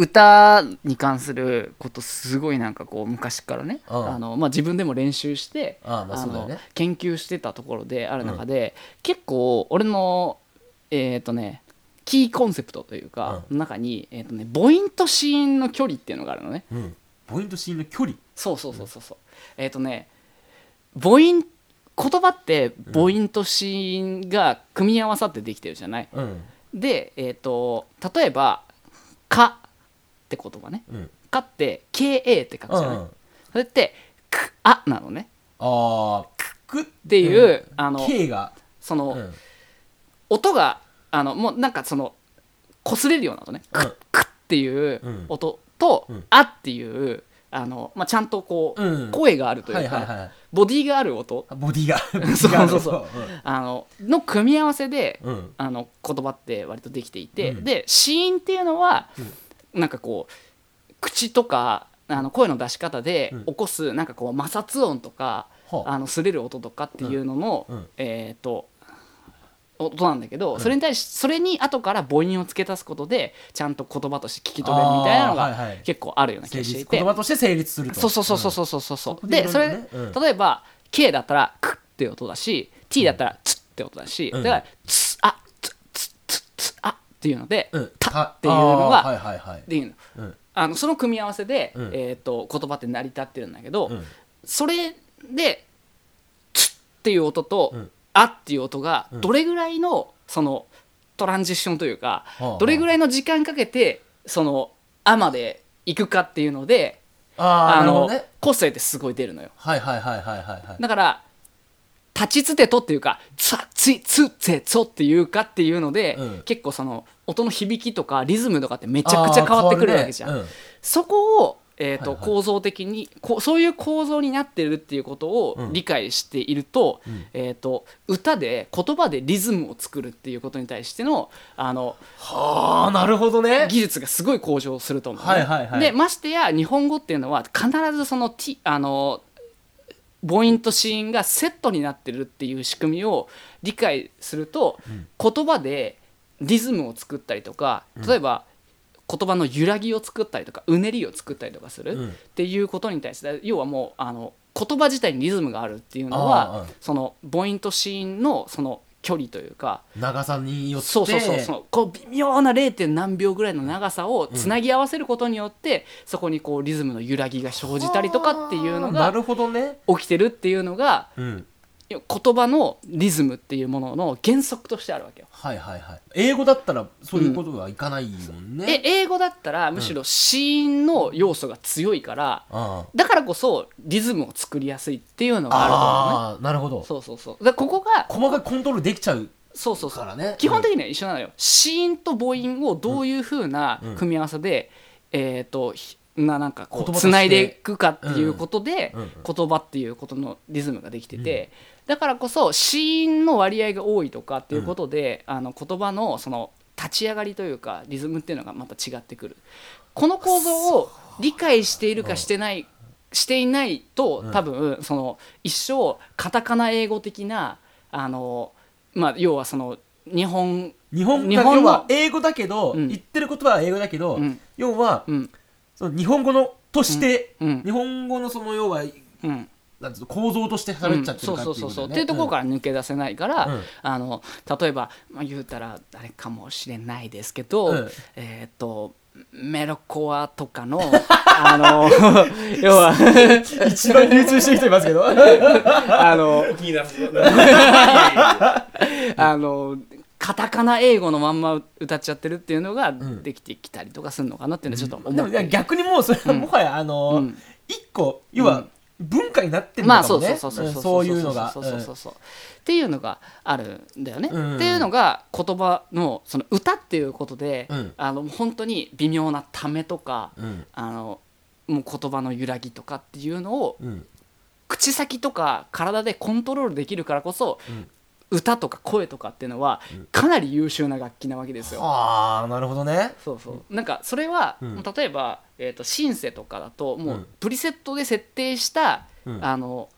Speaker 2: 歌に関することすごいなんかこう昔からね、
Speaker 1: うん
Speaker 2: あのまあ、自分でも練習して
Speaker 1: ああまあそうだよね
Speaker 2: の研究してたところである中で、結構俺のえっ、とねキーコンセプトというか、
Speaker 1: う
Speaker 2: 中に、えーとね、母音と子音の距離っていうのがあるのね
Speaker 1: うんポイントシーンの距離
Speaker 2: そうそうそうそうそうえっ、とね母音言葉って母音と子音が組み合わさってできてるじゃない、
Speaker 1: うん
Speaker 2: で、えー、と例えば「か」って言葉ね
Speaker 1: うん
Speaker 2: 「か」って KA って書くじゃない、
Speaker 1: うん
Speaker 2: それって「く」「あ」なのね
Speaker 1: ああくって
Speaker 2: っていう、あの
Speaker 1: K が
Speaker 2: その、
Speaker 1: うん
Speaker 2: 音があのもうなんかその擦れるような音ね「
Speaker 1: う
Speaker 2: く
Speaker 1: ん」
Speaker 2: くっていう
Speaker 1: うん
Speaker 2: 音と「
Speaker 1: うん
Speaker 2: あ」っていうあの、まあ、ちゃんとこう、
Speaker 1: うん
Speaker 2: 声があると
Speaker 1: はい
Speaker 2: いうか、
Speaker 1: はいはい
Speaker 2: ボディがある音
Speaker 1: ボディが
Speaker 2: そうそうそ
Speaker 1: ボ
Speaker 2: う
Speaker 1: ディが
Speaker 2: あのの組み合わせで、
Speaker 1: うんうん
Speaker 2: あの言葉って割とできていて、
Speaker 1: うん
Speaker 2: で子音っていうのは、なんかこう口とかあの声の出し方で
Speaker 1: うん
Speaker 2: 起こす、なんかこう摩擦音とか、
Speaker 1: はあ
Speaker 2: あの擦れる音とかっていうのの、
Speaker 1: うんうん
Speaker 2: えっ、と音なんだけど、それに対しそれに後から母音を付け足すことでちゃんと言葉として聞き取れるみたいなの
Speaker 1: あーはいは
Speaker 2: が
Speaker 1: い
Speaker 2: 結構あるような気
Speaker 1: 成
Speaker 2: がしてい
Speaker 1: 立
Speaker 2: て、
Speaker 1: 言葉として成立すると
Speaker 2: そうそうそうそうそうそうそう、
Speaker 1: こ
Speaker 2: う
Speaker 1: で
Speaker 2: で
Speaker 1: い
Speaker 2: そ
Speaker 1: ろいろ
Speaker 2: れ、
Speaker 1: ねうん
Speaker 2: 例えば K だったら「く」って音だし T だったら「つ」って音だし、
Speaker 1: うん
Speaker 2: だから「つ」あ「つ」つ「つ」つ「あ」っていうので「
Speaker 1: うん
Speaker 2: た」っていうの
Speaker 1: あーはい
Speaker 2: が
Speaker 1: はいはい
Speaker 2: できるの
Speaker 1: うん
Speaker 2: あのその組み合わせで、
Speaker 1: うん
Speaker 2: えー、と言葉って成り立ってるんだけど、
Speaker 1: うん
Speaker 2: それで「つ」っていう音と「
Speaker 1: うん
Speaker 2: あ」っていう音が
Speaker 1: ん
Speaker 2: どれぐらいのそのトランジッションというか、
Speaker 1: あはあ
Speaker 2: どれぐらいの時間かけてその「あ」まで行くかっていうので
Speaker 1: あー
Speaker 2: あ
Speaker 1: なるほ
Speaker 2: の、
Speaker 1: どね
Speaker 2: 個性ってすごい出るのよ
Speaker 1: はいはいはいはいはいはい
Speaker 2: だから「立ちつてと」っていうか「つあついつてと」っていうかっていうので、
Speaker 1: うん
Speaker 2: 結構その音の響きとかリズムとかってめちゃくちゃ変わってくるわけじゃん、
Speaker 1: あー変わるね
Speaker 2: そこを、えーと
Speaker 1: はいはい
Speaker 2: 構造的にこうそういう構造になってるっていうこと
Speaker 1: う
Speaker 2: を
Speaker 1: ん
Speaker 2: 理解していると,、
Speaker 1: ん
Speaker 2: えー、と歌で言葉でリズムを作るっていうことに対してのあの
Speaker 1: はあなるほどね
Speaker 2: 技術がすごい向上すると思うのね、
Speaker 1: はいはいはい
Speaker 2: でましてや日本語っていうのは必ずその T あの母音と子音がセットになってるっていう仕組みを理解すると、言葉でリズムを作ったりとか例えば、言葉の揺らぎを作ったりとかうねりを作ったりとかする、
Speaker 1: うん
Speaker 2: っていうことに対して要はもうあの言葉自体にリズムがあるっていうのは、
Speaker 1: あーうん
Speaker 2: その母音と子音のその距離というか
Speaker 1: 長さによって
Speaker 2: そうそうそうそうこう微妙な 0. 何秒ぐらいの長さをつなぎ合わせることによって、そこにこうリズムの揺らぎが生じたりとかっていうの
Speaker 1: な
Speaker 2: が
Speaker 1: るほどね
Speaker 2: 起きてるっていうのが
Speaker 1: うん
Speaker 2: 言葉のリズムっていうものの原則としてあるわけよ。
Speaker 1: はいはいはい英語だったらそういうことはいかないもん
Speaker 2: え
Speaker 1: ね、
Speaker 2: 英語だったらむしろ子音の要素が強いから、
Speaker 1: あ
Speaker 2: だからこそリズムを作りやすいっていうの
Speaker 1: あ
Speaker 2: があると思うね。
Speaker 1: ああなるほど
Speaker 2: そうそうそう。だからここが
Speaker 1: 細かくコントロールできちゃう
Speaker 2: そうそうそ
Speaker 1: か
Speaker 2: う
Speaker 1: らね
Speaker 2: 基本的には一緒なのよ子音と母音をどういうふうな組み合わせで、えっ、とひななんかこ
Speaker 1: 言葉
Speaker 2: う
Speaker 1: とし
Speaker 2: つ
Speaker 1: て
Speaker 2: ないでいくかっていうことで、
Speaker 1: うんうん
Speaker 2: 言葉っていうことのリズムができてて、だからこそ子音の割合が多いとかっていうことで、あの言葉のその立ち上がりというかリズムっていうのがまた違ってくるこの構造を理解しているかしてない、していないと多分その一生カタカナ英語的なあのまあ要はその日本
Speaker 1: 日本
Speaker 2: 日
Speaker 1: 語
Speaker 2: 本の
Speaker 1: は英語だけど、
Speaker 2: うん
Speaker 1: 言ってる言葉は英語だけど、
Speaker 2: うん
Speaker 1: 要は、
Speaker 2: うん
Speaker 1: その日本語のとして、
Speaker 2: うんうん
Speaker 1: 日本語のその要は
Speaker 2: うん
Speaker 1: なんつうの構造として喋っちゃって
Speaker 2: そ
Speaker 1: る
Speaker 2: う
Speaker 1: かっていうう
Speaker 2: そそう
Speaker 1: こ
Speaker 2: そ
Speaker 1: と
Speaker 2: うっ
Speaker 1: だ
Speaker 2: てい
Speaker 1: よね
Speaker 2: うところから抜け出せないから、
Speaker 1: うん
Speaker 2: あの例えば、まあ、言うたらあれかもしれないですけど、
Speaker 1: うん
Speaker 2: えーっ、とメロコアとかの あの要は
Speaker 1: うん一番流通してる人いますけど
Speaker 2: あの
Speaker 5: 気になる
Speaker 2: あのカタカナ英語のまんま歌っちゃってるっていうのが
Speaker 1: ん
Speaker 2: できてきたりとかするのかなっていうのはちょっと
Speaker 1: で
Speaker 2: 思っ
Speaker 1: も
Speaker 2: て、
Speaker 1: 逆にもうそれはもはや、あの、
Speaker 2: うん
Speaker 1: 一個要は文化になってるの
Speaker 2: まあ
Speaker 1: か
Speaker 2: そ
Speaker 1: も
Speaker 2: うそう
Speaker 1: ね
Speaker 2: そうそううんそう
Speaker 1: そういうのが
Speaker 2: そうそうそうそうっていうのがあるんだよね、
Speaker 1: うん
Speaker 2: っていうのが言葉のその歌っていうことで、
Speaker 1: うん
Speaker 2: あの本当に微妙なためとか、
Speaker 1: うん
Speaker 2: あのもう言葉の揺らぎとかっていうのを
Speaker 1: うん
Speaker 2: 口先とか体でコントロールできるからこそ、
Speaker 1: ん
Speaker 2: 歌とか声とかっていうのはかなり優秀な楽器なわけですよ。
Speaker 1: ああなるほどね
Speaker 2: そうそうなんかそれは、
Speaker 1: うん
Speaker 2: 例えば、えー、とシンセとかだとも
Speaker 1: うん
Speaker 2: うプリセットで設定した、
Speaker 1: うん
Speaker 2: あの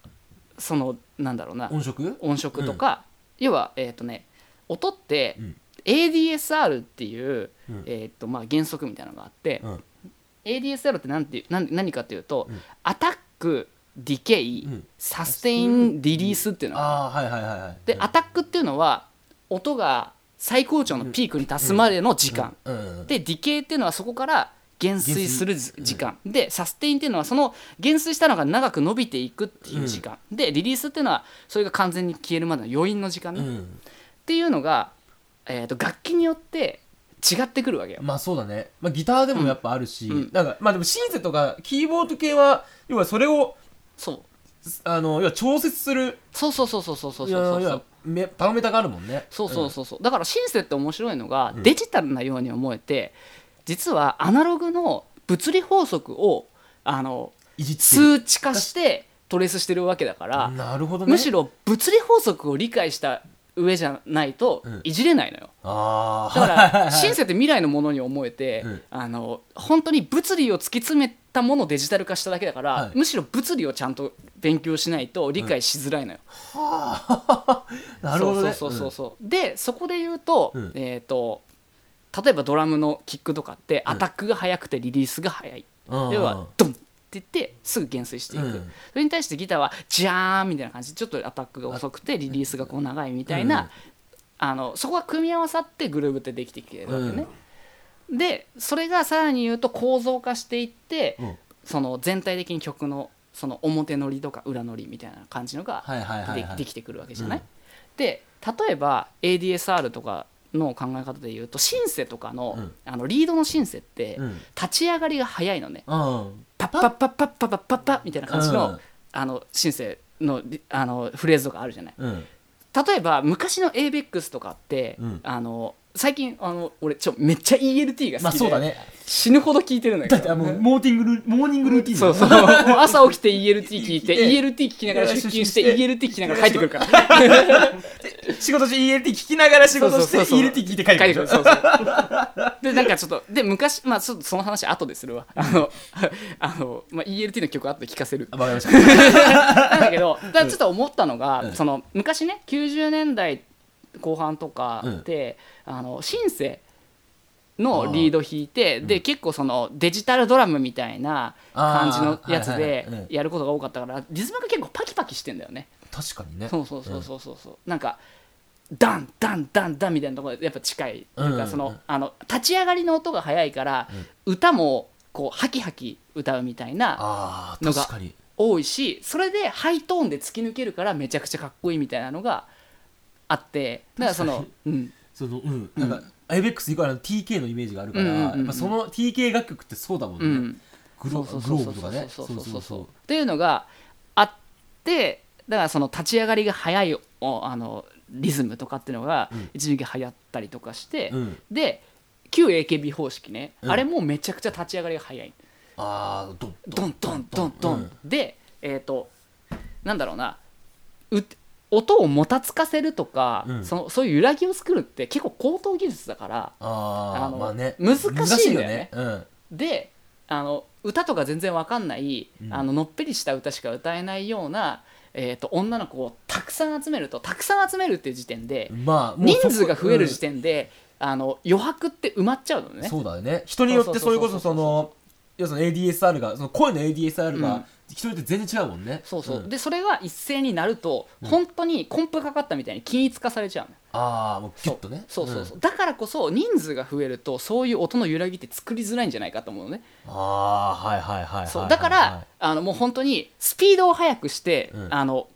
Speaker 2: そのなんだろうな
Speaker 1: 音色
Speaker 2: 音色とか、要はえっ、とね音って
Speaker 1: うん
Speaker 2: ADSR っていう、
Speaker 1: うん
Speaker 2: えーとまあ、原則みたいなのがあって、
Speaker 1: うん
Speaker 2: ADSR ってなんていうなん何かっていうと、
Speaker 1: うん
Speaker 2: アタックディケイ、
Speaker 1: うん
Speaker 2: サステインリリースっていうのがある
Speaker 1: ああはいはいはいはい
Speaker 2: でアタックっていうのは音が最高潮のピークに達すまでの時間、
Speaker 1: うんうん
Speaker 2: でディケイっていうのはそこから減衰する時間でサステインっていうのはその減衰したのが長く伸びていくっていう時間、でリリースっていうのはそれが完全に消えるまでの余韻の時間、ね
Speaker 1: う
Speaker 2: っ
Speaker 1: ん
Speaker 2: ていうのが、えー、と楽器によって違ってくるわけよ。
Speaker 1: まあそうだね、まあ、ギターでもやっぱあるし、
Speaker 2: うんうん
Speaker 1: なんかまあでもシンセとかキーボード系は要はそれを
Speaker 2: そう
Speaker 1: あの要は調節する
Speaker 2: そうそうそうそうそうそう
Speaker 1: い
Speaker 2: そ
Speaker 1: や
Speaker 2: う
Speaker 1: 要
Speaker 2: そ
Speaker 1: は
Speaker 2: う
Speaker 1: めパロメーターがあるもんね
Speaker 2: そうそうそうそうだからシンセって面白いのがデジタルなように思えて実はアナログの物理法則をあの
Speaker 1: いじってる
Speaker 2: 数値化してトレースしてるわけだから、
Speaker 1: なるほどね
Speaker 2: むしろ物理法則を理解した上じゃないと
Speaker 1: うん
Speaker 2: いじれないのよ、
Speaker 1: ああ
Speaker 2: だか
Speaker 1: はいはいは
Speaker 2: ら
Speaker 1: い
Speaker 2: シンセって未来のものに思えて、
Speaker 1: うん
Speaker 2: あの本当に物理を突き詰めったものをデジタル化しただけだから、
Speaker 1: はい
Speaker 2: むしろ物理をちゃんと勉強しないと理解しづらいのよ、
Speaker 1: なるほどね
Speaker 2: そうそうそうそう、でそこで言うと,、
Speaker 1: うん
Speaker 2: えー、と例えばドラムのキックとかって
Speaker 1: ん
Speaker 2: アタックが速くてリリースが速い、
Speaker 1: うん
Speaker 2: ではドンって言ってすぐ減衰していく、
Speaker 1: うん
Speaker 2: それに対してギターはジャーンみたいな感じでちょっとアタックが遅くてリリースがこう長いみたいな、
Speaker 1: うん
Speaker 2: あのそこが組み合わさってグルーブってできてきてるわけね、でそれがさらに言うと構造化していって、
Speaker 1: うん
Speaker 2: その全体的に曲のその表乗りとか裏乗りみたいな感じのが
Speaker 1: はいはいはい
Speaker 2: で
Speaker 1: はい
Speaker 2: できてくるわけじゃない、
Speaker 1: うん
Speaker 2: で例えば ADSR とかの考え方で言うとシンセとかの,、
Speaker 1: うん
Speaker 2: あのリードのシンセって
Speaker 1: うん
Speaker 2: 立ち上がりが早いのね、
Speaker 1: うん
Speaker 2: パッパッパッパッパッパッパッパッみたいな感じの,、
Speaker 1: うん
Speaker 2: あのシンセのリあのフレーズとかあるじゃない
Speaker 1: うん
Speaker 2: 例えば昔の ABEX とかって、
Speaker 1: うん
Speaker 2: あの最近あの俺ちょめっちゃ ELT が好きで、
Speaker 1: まあそうだね
Speaker 2: 死ぬほど聞いてるんだけ
Speaker 1: だっ
Speaker 2: ど
Speaker 1: てあのモーティングルモーニングルーティン
Speaker 2: そうそう。
Speaker 1: う
Speaker 2: もう朝起きて ELT 聞いて、ELT 聞きながら出勤して、ELT 聞きながら帰ってくるから。
Speaker 1: 仕事中 ELT 聞きながら仕事して
Speaker 2: そうそうそう
Speaker 1: ELT 聞いて帰ってくる
Speaker 2: 帰ってくる。そうそう。で、なんかちょっと、で、昔、まあちょっとその話後でするわ。あの、あの、まあ ELT の曲後で聞かせる。
Speaker 1: わかりました
Speaker 2: なんだけど、だからちょっと思ったのが、その、昔ね、90年代後半とかで、あの、シンセ、のリード弾いてで結構そのデジタルドラムみたいな感じのやつ
Speaker 1: あーはいはいはい
Speaker 2: で
Speaker 1: うん
Speaker 2: やることが多かったからリズムが結構パキパキしてんだよね
Speaker 1: 確かにね
Speaker 2: そうそうそうそうそうそうなんかダンダンダンダンみたいなところでやっぱ近いっていう
Speaker 1: うんうんう
Speaker 2: か
Speaker 1: ん
Speaker 2: そのあの立ち上がりの音が速いから歌もこうハキハキ歌うみたいな
Speaker 1: ああ
Speaker 2: のが
Speaker 1: 確かに
Speaker 2: 多いしそれでハイトーンで突き抜けるからめちゃくちゃかっこいいみたいなのがあってだからそのうん
Speaker 1: そのうんなんか IBEX 以降あの TK のイメージがあるから
Speaker 2: うんうんうんうん
Speaker 1: やっぱその TK 楽曲ってそうだも
Speaker 2: うん
Speaker 1: ね
Speaker 2: ん
Speaker 1: グ
Speaker 2: そ
Speaker 1: ロ
Speaker 2: うそう
Speaker 1: グ
Speaker 2: そ
Speaker 1: ロ
Speaker 2: う
Speaker 1: ーブ
Speaker 2: そう
Speaker 1: と
Speaker 2: そ
Speaker 1: か
Speaker 2: う
Speaker 1: ね
Speaker 2: そうそうそうそう
Speaker 1: う
Speaker 2: っていうのがあってだからその立ち上がりが速いおあのリズムとかっていうのが
Speaker 1: うん
Speaker 2: 一時期流行ったりとかして、
Speaker 1: うん
Speaker 2: で旧 AKB 方式ね、
Speaker 1: うん
Speaker 2: あれもうめちゃくちゃ立ち上がりが早い
Speaker 1: ああドン
Speaker 2: ドンドンドンドン、
Speaker 1: うん
Speaker 2: でえっ、となんだろうなう音をもたつかせるとか、
Speaker 1: うん
Speaker 2: そのそういう揺らぎを作るって結構高等技術だから
Speaker 1: あ
Speaker 2: あ
Speaker 1: あ
Speaker 2: の
Speaker 1: まあね
Speaker 2: 難しいんだよね
Speaker 1: うん
Speaker 2: であの歌とか全然わかんない、
Speaker 1: うん
Speaker 2: あののっぺりした歌しか歌えないような、えー、と女の子をたくさん集めるとたくさん集めるっていう時点で
Speaker 1: まあもう
Speaker 2: 人
Speaker 1: そこ
Speaker 2: 数が増える時点で、あの余白って埋まっちゃうのね。
Speaker 1: そうだよね人によってそれこそそう
Speaker 2: そそうそ
Speaker 1: の要するに ADSR がその声の ADSR
Speaker 2: う
Speaker 1: が
Speaker 2: ん
Speaker 1: 人によって全然違うもんね
Speaker 2: そうそう、
Speaker 1: ん
Speaker 2: でそれが一斉になると、本当にコンプかかったみたいに均一化されちゃうの
Speaker 1: ああもうキュッとね
Speaker 2: そうそうそう、
Speaker 1: ん
Speaker 2: だからこそ人数が増えるとそういう音の揺らぎって作りづらいんじゃないかと思うのね、
Speaker 1: ああはいはいはいはい
Speaker 2: そうだから、
Speaker 1: はい
Speaker 2: あのもう本当にスピードを速くして、
Speaker 1: うん
Speaker 2: あの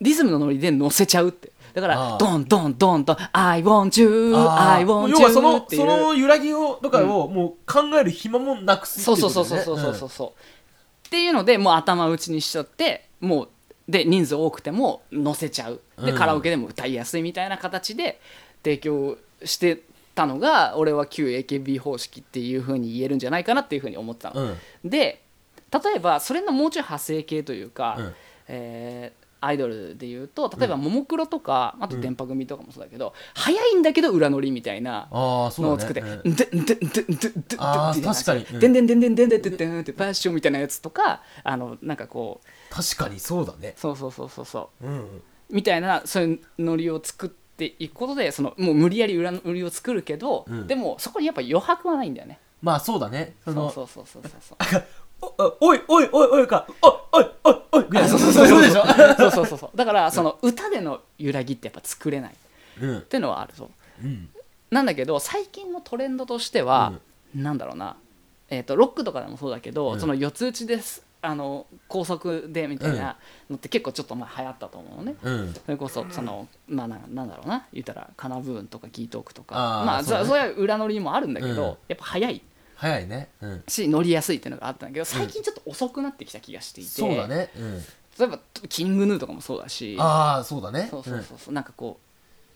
Speaker 2: リズムのノリで乗せちゃうってだか
Speaker 1: あー
Speaker 2: らドンドンドンドン「I want you
Speaker 1: あ
Speaker 2: I
Speaker 1: ーもう
Speaker 2: want
Speaker 1: 要はそ
Speaker 2: you」
Speaker 1: の
Speaker 2: っていう
Speaker 1: その揺らぎをとかをもう考える暇もなくすって
Speaker 2: そ
Speaker 1: いうこ
Speaker 2: そう
Speaker 1: と
Speaker 2: そう
Speaker 1: だ
Speaker 2: そ
Speaker 1: よ
Speaker 2: う
Speaker 1: ね
Speaker 2: そうそうそうそうっていうのでもう頭打ちにしちゃってもうで人数多くても乗せちゃうで、
Speaker 1: うん
Speaker 2: カラオケでも歌いやすいみたいな形で提供してたのが俺は旧 AKB 方式っていうふうに言えるんじゃないかなっていうふうに思ってたの、
Speaker 1: うん
Speaker 2: で例えばそれのもうちょい派生系というか、
Speaker 1: うん
Speaker 2: えーアイドルでいうと例えばももクロとか、あと電波組とかもそうだけど、早いんだけど裏乗りみたいな
Speaker 1: ああそうだね
Speaker 2: のを作って、
Speaker 1: うん
Speaker 2: でででででで
Speaker 1: あー確かにうん
Speaker 2: でんでんでんでんでんでんでんでんってパッションみたいなやつとか、あのなんかこう、
Speaker 1: 確かにそうだね
Speaker 2: そうそうそうそうそ
Speaker 1: うん
Speaker 2: うみたいなそういうノリを作っていくことで、そのもう無理やり裏の売りを作るけど、
Speaker 1: うん
Speaker 2: でもそこにやっぱ余白はないんだよね。
Speaker 1: まあそうだねそ
Speaker 2: そう
Speaker 1: の
Speaker 2: そうそうそうそう そう。
Speaker 1: おおいおいおいおいかおいおいおいおいぐらい
Speaker 2: あ
Speaker 1: の
Speaker 2: そうそうそう
Speaker 1: い
Speaker 2: そう
Speaker 1: こ
Speaker 2: う
Speaker 1: とでしょ
Speaker 2: そうそうそうそう。だからその歌での揺らぎってやっぱ作れないっ
Speaker 1: うん
Speaker 2: てのはあるぞ。
Speaker 1: うん
Speaker 2: なんだけど最近のトレンドとしては、なんだろうな、えー、とロックとかでもそうだけど、
Speaker 1: うん
Speaker 2: その四つ打ちですあの高速でみたいなのって結構ちょっとまあ流行ったと思うのね。
Speaker 1: うん
Speaker 2: それこそその、まあ、ななんだろうな言ったらカナブーンとかギートークとか
Speaker 1: あー
Speaker 2: まあ
Speaker 1: そう
Speaker 2: そ
Speaker 1: ね
Speaker 2: それは裏乗りもあるんだけど、
Speaker 1: うん
Speaker 2: やっぱ早い
Speaker 1: 早いねうん
Speaker 2: し乗りやすいっていうのがあったんだけど最近ちょっと遅くなってきた気がしていて、
Speaker 1: そうだねうん
Speaker 2: 例えばキングヌーとかもそうだし
Speaker 1: ああそうだね
Speaker 2: そうそうそうそうなんかこう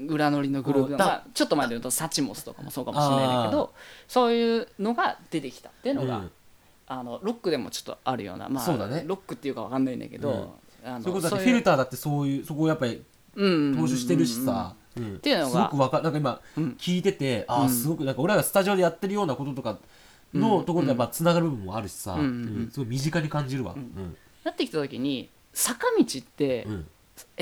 Speaker 2: 裏乗りのグループ
Speaker 1: こうだ
Speaker 2: まあ、ちょっと前で言うとサチモスとかもそうかもしれないんだけ
Speaker 1: あー
Speaker 2: どそういうのが出てきたっていうのが、
Speaker 1: うん
Speaker 2: あのロックでもちょっとあるような、まあ
Speaker 1: そうだね
Speaker 2: ロックっていうかわかんないんだけど、あの
Speaker 1: そういうことだってフィルターだってそういうそこをやっぱり
Speaker 2: 投
Speaker 1: 投資してるしさって
Speaker 2: いうのが
Speaker 1: すごくわかるなんか今
Speaker 2: うん
Speaker 1: 聞いててあ
Speaker 2: う
Speaker 1: あ
Speaker 2: ん
Speaker 1: すごくなんか俺らがスタジオでやってるようなこととかのところでつながる部分もあるしさ、
Speaker 2: うん
Speaker 1: うんすごい身近に感じるわ、うん
Speaker 2: なってきた時に坂道って
Speaker 1: うん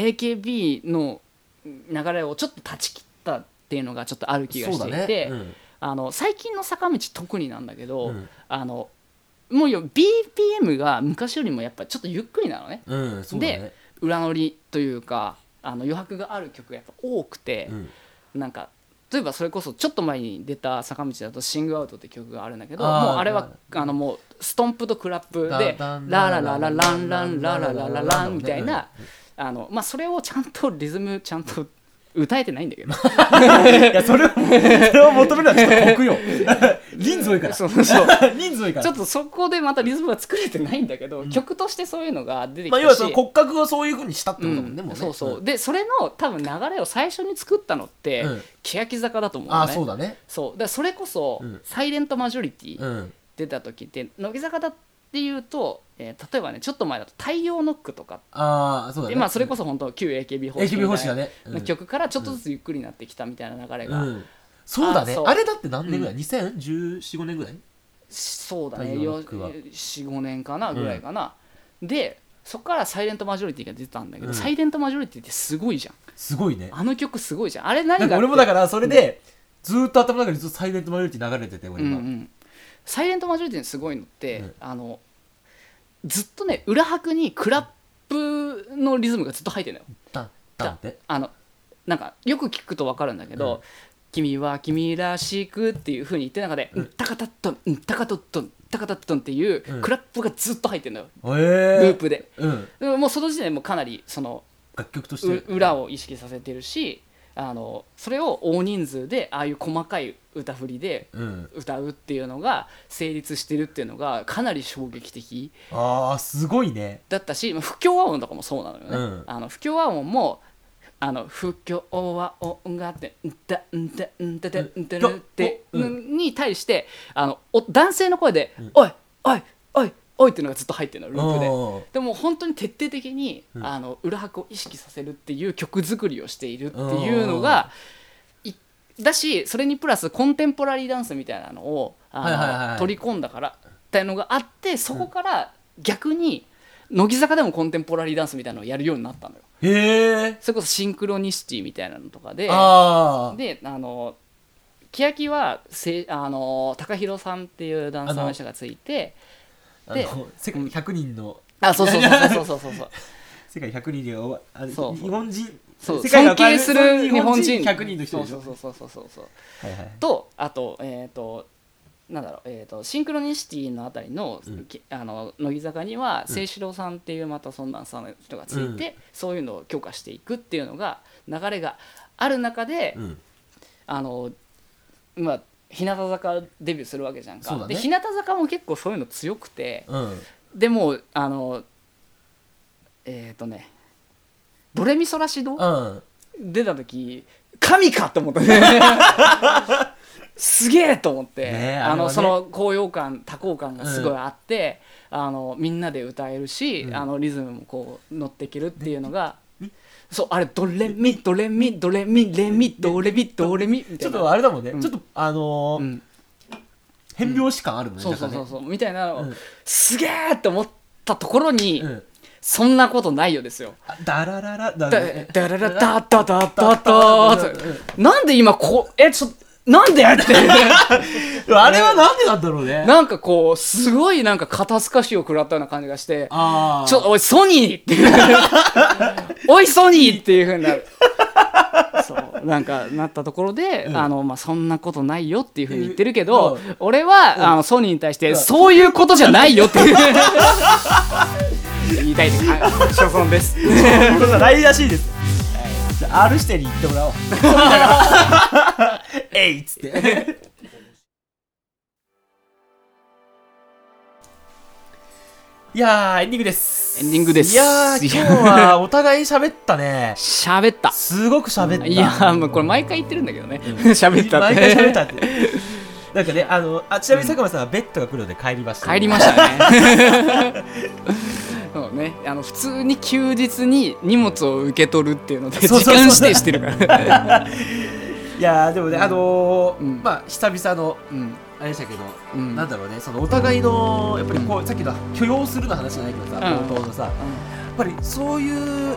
Speaker 2: AKB の流れをちょっと断ち切ったっていうのがちょっとある気がしていて、
Speaker 1: うん
Speaker 2: あの最近の坂道特になんだけど、
Speaker 1: うん
Speaker 2: あのもうよ BPM が昔よりもやっぱちょっとゆっくりなのね
Speaker 1: うん、そうだね
Speaker 2: で裏乗りというかあの余白がある曲がやっぱ多くて、
Speaker 1: うん
Speaker 2: なんか例えばそれこそちょっと前に出た坂道だと「シングアウト」って曲があるんだけどもう
Speaker 1: あー
Speaker 2: あれはあのもうストンプとクラップで「
Speaker 1: だ
Speaker 2: ラ
Speaker 1: んだん
Speaker 2: ラララランランラララララン」みたいな
Speaker 1: う
Speaker 2: あの、まあ、それをちゃんとリズムちゃんと歌えてないんだけど
Speaker 1: いやそ れをそれを求めるのはちょっと酷よ 人数多いから
Speaker 2: そうそう
Speaker 1: 人数多いから
Speaker 2: ちょっとそこでまたリズムが作れてないんだけど、曲としてそういうのが出てき
Speaker 1: まあ
Speaker 2: たし、
Speaker 1: 要はその骨格をそういうふうにしたってこと
Speaker 2: う
Speaker 1: だも
Speaker 2: ん
Speaker 1: んね、もうね
Speaker 2: そうそう、でそれの多分流れを最初に作ったのって、
Speaker 1: うん
Speaker 2: 欅坂だと思うの
Speaker 1: あ
Speaker 2: ね
Speaker 1: あそうだね
Speaker 2: そうだからそれこそ、
Speaker 1: うん
Speaker 2: サイレントマジョリティ」
Speaker 1: うん
Speaker 2: 出た時って乃木坂だっていうと、えー例えばねちょっと前だと「太陽ノック」とか
Speaker 1: ああそうだ
Speaker 2: で、
Speaker 1: ね
Speaker 2: まあ、それこそ本当旧 AKB 方式
Speaker 1: AKB
Speaker 2: み
Speaker 1: 方
Speaker 2: た
Speaker 1: 式
Speaker 2: いな
Speaker 1: だねうん
Speaker 2: 曲からちょっとずつゆっくりになってきたみたいな流れ
Speaker 1: う
Speaker 2: が、
Speaker 1: んそうだね
Speaker 2: あそう
Speaker 1: あれだって何年ぐらい201415年ぐらい
Speaker 2: そうだね
Speaker 1: 太陽ノックは
Speaker 2: 45年かなぐらいかな、でそこから「サイレントマジョリティ」が出たんだけど、
Speaker 1: うん
Speaker 2: サイレントマジョリティってすごいじゃん
Speaker 1: すごいね
Speaker 2: あの曲すごいじゃんあれ
Speaker 1: な
Speaker 2: 何があ
Speaker 1: ん
Speaker 2: って
Speaker 1: か俺もだからそれでずーっと頭の中にずっとサイレントマジョリティ流れてて
Speaker 2: う
Speaker 1: 俺
Speaker 2: んう
Speaker 1: 今
Speaker 2: ん、サイレントマジョリティのすごいのって、
Speaker 1: うん
Speaker 2: あのずっとね裏拍にクラップのリズムがずっと入ってるのよ
Speaker 1: ダンダンって
Speaker 2: あのなんかよく聞くと分かるんだけど「
Speaker 1: うん
Speaker 2: 君は君らしく」っていうふうに言ってる中で「うんたかたっとんうんたかとっとんたかたっとん」っていう
Speaker 1: うん
Speaker 2: クラップがずっと入ってるのよ、
Speaker 1: えー
Speaker 2: ループで
Speaker 1: うん
Speaker 2: でももうその時点でもうかなりその
Speaker 1: 楽曲とし
Speaker 2: う
Speaker 1: て
Speaker 2: 裏を意識させてるしあのそれを大人数でああいう細かい歌振りで
Speaker 1: うん
Speaker 2: 歌うっていうのが成立してるっていうのがかなり衝撃的
Speaker 1: ああすごいね
Speaker 2: だったしまあ不協和音とかもそうなのよね、
Speaker 1: うん
Speaker 2: あの不協和音もあの不協和音があって「んだんだんだだんだだ」って
Speaker 1: うん
Speaker 2: に対してあのお男性の声で
Speaker 1: うん
Speaker 2: 「おいおいおいおい」っていうのがずっと入ってるのループで。
Speaker 1: おー
Speaker 2: でも本当に徹底的に、
Speaker 1: うん
Speaker 2: あの裏拍を意識させるっていう曲作りをしているっていうのがいだしそれにプラスコンテンポラリーダンスみたいなのをあの、
Speaker 1: はいはいはいはい
Speaker 2: 取り込んだからっていうのがあってそこから逆に乃木坂でもコンテンポラリーダンスみたいなのをやるようになったのよ。
Speaker 1: へえ
Speaker 2: それこそシンクロニシティみたいなのとかで
Speaker 1: ああ
Speaker 2: であの欅はせあの TAKAHIRO さんっていうダンサーの人がついて
Speaker 1: あ
Speaker 2: で
Speaker 1: の世界100人の
Speaker 2: あそうそうそうそうそうそうそう
Speaker 1: 世界100人でおわあ
Speaker 2: そう
Speaker 1: 日本人
Speaker 2: そう
Speaker 1: 世界が
Speaker 2: 尊
Speaker 1: 変え
Speaker 2: 敬する日本人
Speaker 1: 100人の人でし
Speaker 2: そう
Speaker 1: ょ
Speaker 2: そうそうそうそうそう
Speaker 1: はいはい
Speaker 2: とあとえっ、となんだろうえー、とシンクロニシティのあたりの,
Speaker 1: うん
Speaker 2: き、あの乃木坂には清志郎さんっていうまたそんなさんの人がついて、そういうのを強化していくっていうのが流れがある中で、
Speaker 1: うん
Speaker 2: あのまあ日向坂デビューするわけじゃんか、
Speaker 1: そうだね
Speaker 2: で日向坂も結構そういうの強くて
Speaker 1: うん
Speaker 2: でもあのえっ、とね「ドレミソラシド」
Speaker 1: うん
Speaker 2: 出た時神かと思ったね すげえと思って、
Speaker 1: ねえ
Speaker 2: あ
Speaker 1: あれ
Speaker 2: の
Speaker 1: はね
Speaker 2: その高揚感多幸感がすごいあって、あのみんなで歌えるし、
Speaker 1: うん
Speaker 2: あのリズムもこう乗っていけるっていうのが。そうあれドレミドレミドレミレミドレミドレミみ
Speaker 1: ちょ
Speaker 2: たい
Speaker 1: っ
Speaker 2: な
Speaker 1: とあれだもんね、
Speaker 2: うん
Speaker 1: ちょっとあのー
Speaker 2: うん
Speaker 1: 変拍子感あるもんね、
Speaker 2: そうそうそうそうみたいなのを、
Speaker 1: うん
Speaker 2: すげえって思ったところに、
Speaker 1: うん
Speaker 2: そんなことないよですよ
Speaker 1: あダラララダ
Speaker 2: だ
Speaker 1: ラ
Speaker 2: だららだだだだだなんで今こうえちょなんでって
Speaker 1: あれはなんでなんだろうね
Speaker 2: なんかこう、すごいなんか肩透かしを食らったような感じがして、
Speaker 1: ああ
Speaker 2: ちょ、おい、ソニーっていう おい、ソニーっていうふうに なる。そう、なんかなったところで、
Speaker 1: うん
Speaker 2: あの、まあ、そんなことないよっていうふうに言ってるけど、
Speaker 1: うん
Speaker 2: 俺は、あの、ソニーに対して、そういうことじゃないよっ ていう言いたいです。はい所 存です。
Speaker 1: そういうこと ないらしいですじゃあ R 指定に行ってもら おうえいっつっていやーエンディングです
Speaker 2: エンディングです
Speaker 1: いやー今日はお互い喋ったね
Speaker 2: 喋った。
Speaker 1: すごく喋った
Speaker 2: いやー、もうこれ毎回言ってるんだけどね。喋ったって。
Speaker 1: 毎回喋った ってなんかねあのあちなみに佐久間さんはベッドが来るので帰りました
Speaker 2: 帰りましたね そうねあの普通に休日に荷物を受け取るっていうので時
Speaker 1: そうそうそう
Speaker 2: 間指定してるから
Speaker 1: いやーでもね、あのー
Speaker 2: うん
Speaker 1: まあ久々の
Speaker 2: うん
Speaker 1: あれでしたけど、
Speaker 2: うん
Speaker 1: なんだろうねそのお互いのやっぱりこうさっきの許容するの話じゃないけどさ
Speaker 2: うん
Speaker 1: 冒頭のさ、やっぱりそういう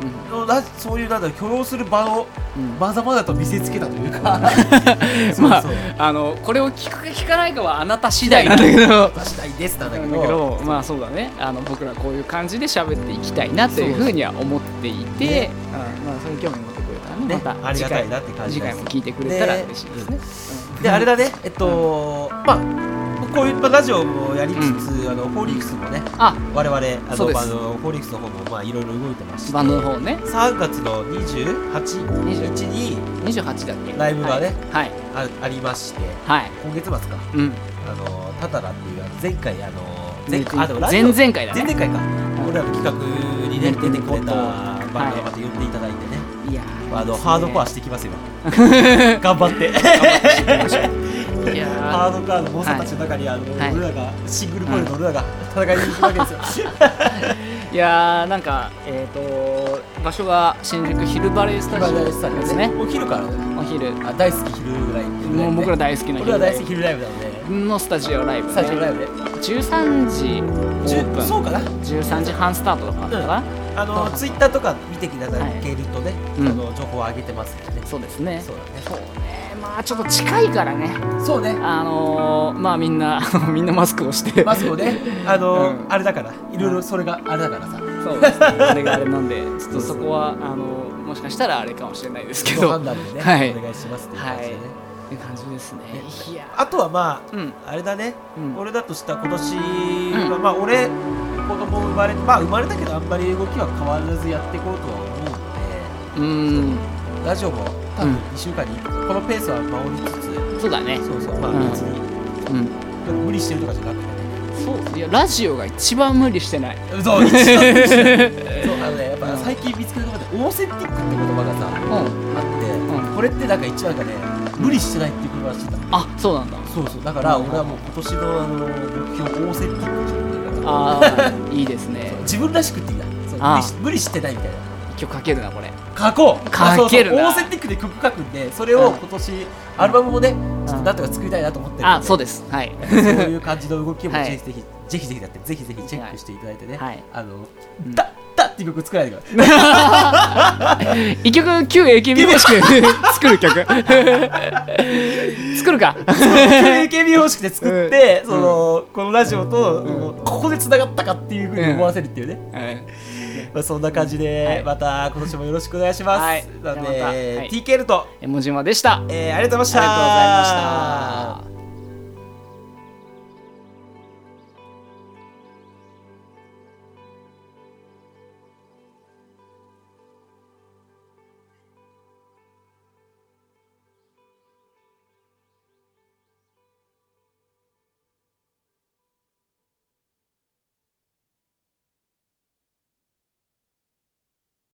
Speaker 2: うん
Speaker 1: のなそういうなんだろう許容する場を
Speaker 2: うん
Speaker 1: まざまざと見せつけたと いうか そう
Speaker 2: まあ
Speaker 1: そう
Speaker 2: あのこれを聞くか聞かないかはあなた次第なんだけど
Speaker 1: 私大ですなんだ
Speaker 2: な
Speaker 1: け
Speaker 2: ん
Speaker 1: ど
Speaker 2: だけどまあそうだねあの僕らこういう感じで喋っていきたいなというふうには思っていて、うんまあ、そういう興味持ってくれたらね
Speaker 1: ね
Speaker 2: ま
Speaker 1: あ
Speaker 2: た
Speaker 1: りが
Speaker 2: 次
Speaker 1: た
Speaker 2: 回
Speaker 1: いなって感じ
Speaker 2: 次
Speaker 1: で
Speaker 2: 回
Speaker 1: す
Speaker 2: も聞いてくれたら嬉しいですね。
Speaker 1: であれだねえっと、まあこういうまあラジオもやりつつ、あのフォーリックスもね
Speaker 2: あ
Speaker 1: 我々あ
Speaker 2: そう
Speaker 1: の
Speaker 2: です
Speaker 1: まああのフォーリックスの方もまあいろいろ動いてまして
Speaker 2: バンドの方ね
Speaker 1: 3月の28
Speaker 2: 28
Speaker 1: 日に
Speaker 2: 28だっけ
Speaker 1: ライブがね
Speaker 2: はい
Speaker 1: あありまして
Speaker 2: はい、はい
Speaker 1: 今月末か
Speaker 2: うん
Speaker 1: あのタタラっていうあの前回あの前
Speaker 2: 前
Speaker 1: 回あでもラジオ
Speaker 2: 々回だ
Speaker 1: 前
Speaker 2: ね
Speaker 1: 々回か俺らの企画にね出てくれたバンドが
Speaker 2: はい
Speaker 1: また呼んでいただいてね
Speaker 2: いや
Speaker 1: あのハードコアしてきます よ頑張って
Speaker 2: いやー
Speaker 1: ハードコアの猛者たちの中にあの
Speaker 2: はい
Speaker 1: 俺らがシングルポイントの俺らが戦いに行くわけですよ
Speaker 2: いやーなんかえっ、と場所が新宿ヒルバレースタジオですね
Speaker 1: お昼からね
Speaker 2: お昼
Speaker 1: あ大好き昼ぐらいっていうね
Speaker 2: もう僕ら大好きな
Speaker 1: 俺ら大好き
Speaker 2: ヒル
Speaker 1: 昼ライブなので
Speaker 2: バレーのスタジオライブ、ね、
Speaker 1: スタジオライブで
Speaker 2: 13時
Speaker 1: じゅ
Speaker 2: オープ
Speaker 1: そうかな
Speaker 2: ン13時半スタートとかだったかな、
Speaker 1: あ
Speaker 2: そう
Speaker 1: の
Speaker 2: そう
Speaker 1: ツイッターとか見ていただけるとねあ
Speaker 2: うん
Speaker 1: の情報を上げてますんでね
Speaker 2: そうですね
Speaker 1: そうだね
Speaker 2: そうねまあちょっと近いからね
Speaker 1: そうね
Speaker 2: あのー、まあみんな みんなマスクをして
Speaker 1: マスクをね、あの、
Speaker 2: うん
Speaker 1: あれだから、いろいろそれがあれだからさ、
Speaker 2: そうですねあれがあれなんでちょっとそこはあのー、もしかしたらあれかもしれないですけ
Speaker 1: ご
Speaker 2: ど
Speaker 1: 判断でね、
Speaker 2: はい
Speaker 1: お願いしますっていう感じでね。
Speaker 2: はいって感じですねいや
Speaker 1: あとはまあ、
Speaker 2: うん
Speaker 1: あれだね、
Speaker 2: うん
Speaker 1: 俺だとしたら今年は、まあ俺、子供生まれて、まあ生まれたけどあんまり動きは変わらずやっていこうとは思
Speaker 2: うーん
Speaker 1: うんで、ラジオも多分
Speaker 2: うん
Speaker 1: 2週間に、このペースは守りつつ、
Speaker 2: そうだね
Speaker 1: そうそう、まあ
Speaker 2: うん
Speaker 1: 別に、
Speaker 2: うん
Speaker 1: 無理してるとかじゃなくてね。
Speaker 2: そういやラジオが一番無理してない
Speaker 1: そう、一緒 だ一緒だそう、あのね、やっぱ最近見つけたところで、オーセンティックって言葉がさ、
Speaker 2: うん
Speaker 1: あって、
Speaker 2: うん
Speaker 1: これってなんか一番がね無理してないっていうことらしいんだ、
Speaker 2: あそうなんだ
Speaker 1: そうそうだから
Speaker 2: うん
Speaker 1: 俺はもう今年のあの目標をオーセンティックじゃないかな
Speaker 2: あーいいですね
Speaker 1: 自分らしくっていいんだそう無
Speaker 2: あ
Speaker 1: 理
Speaker 2: あ
Speaker 1: し無理してないみたいな
Speaker 2: 今日かけるなこれ
Speaker 1: 書こう
Speaker 2: 書
Speaker 1: あそうそう
Speaker 2: けるな
Speaker 1: オーセンティックで曲書くんでそれを
Speaker 2: うん
Speaker 1: 今年、アルバムもねちょっとなんとか作りたいなと思ってるんで、
Speaker 2: あそうですはい
Speaker 1: そういう感じの動きも
Speaker 2: はい
Speaker 1: ぜひぜひ、ぜひぜひだってぜひぜひチェックしていただいてね、
Speaker 2: はい
Speaker 1: あの
Speaker 2: うん
Speaker 1: だだっていう曲作らないでください
Speaker 2: 一曲旧 AKB 方式で作る 曲作るか
Speaker 1: AKB 方式で作って、
Speaker 2: うん
Speaker 1: そのこのラジオと、ここで繋がったかっていうふうに思わせるっていうね、
Speaker 2: はい
Speaker 1: まあ、そんな感じで、
Speaker 2: はい
Speaker 1: また今年もよろしくお願いします。
Speaker 2: はい
Speaker 1: なんで、
Speaker 2: じゃあまたはい
Speaker 1: TKL と、
Speaker 2: えもじまでしたあり
Speaker 1: えーありがとうございまし
Speaker 2: が
Speaker 1: た。
Speaker 2: とうございました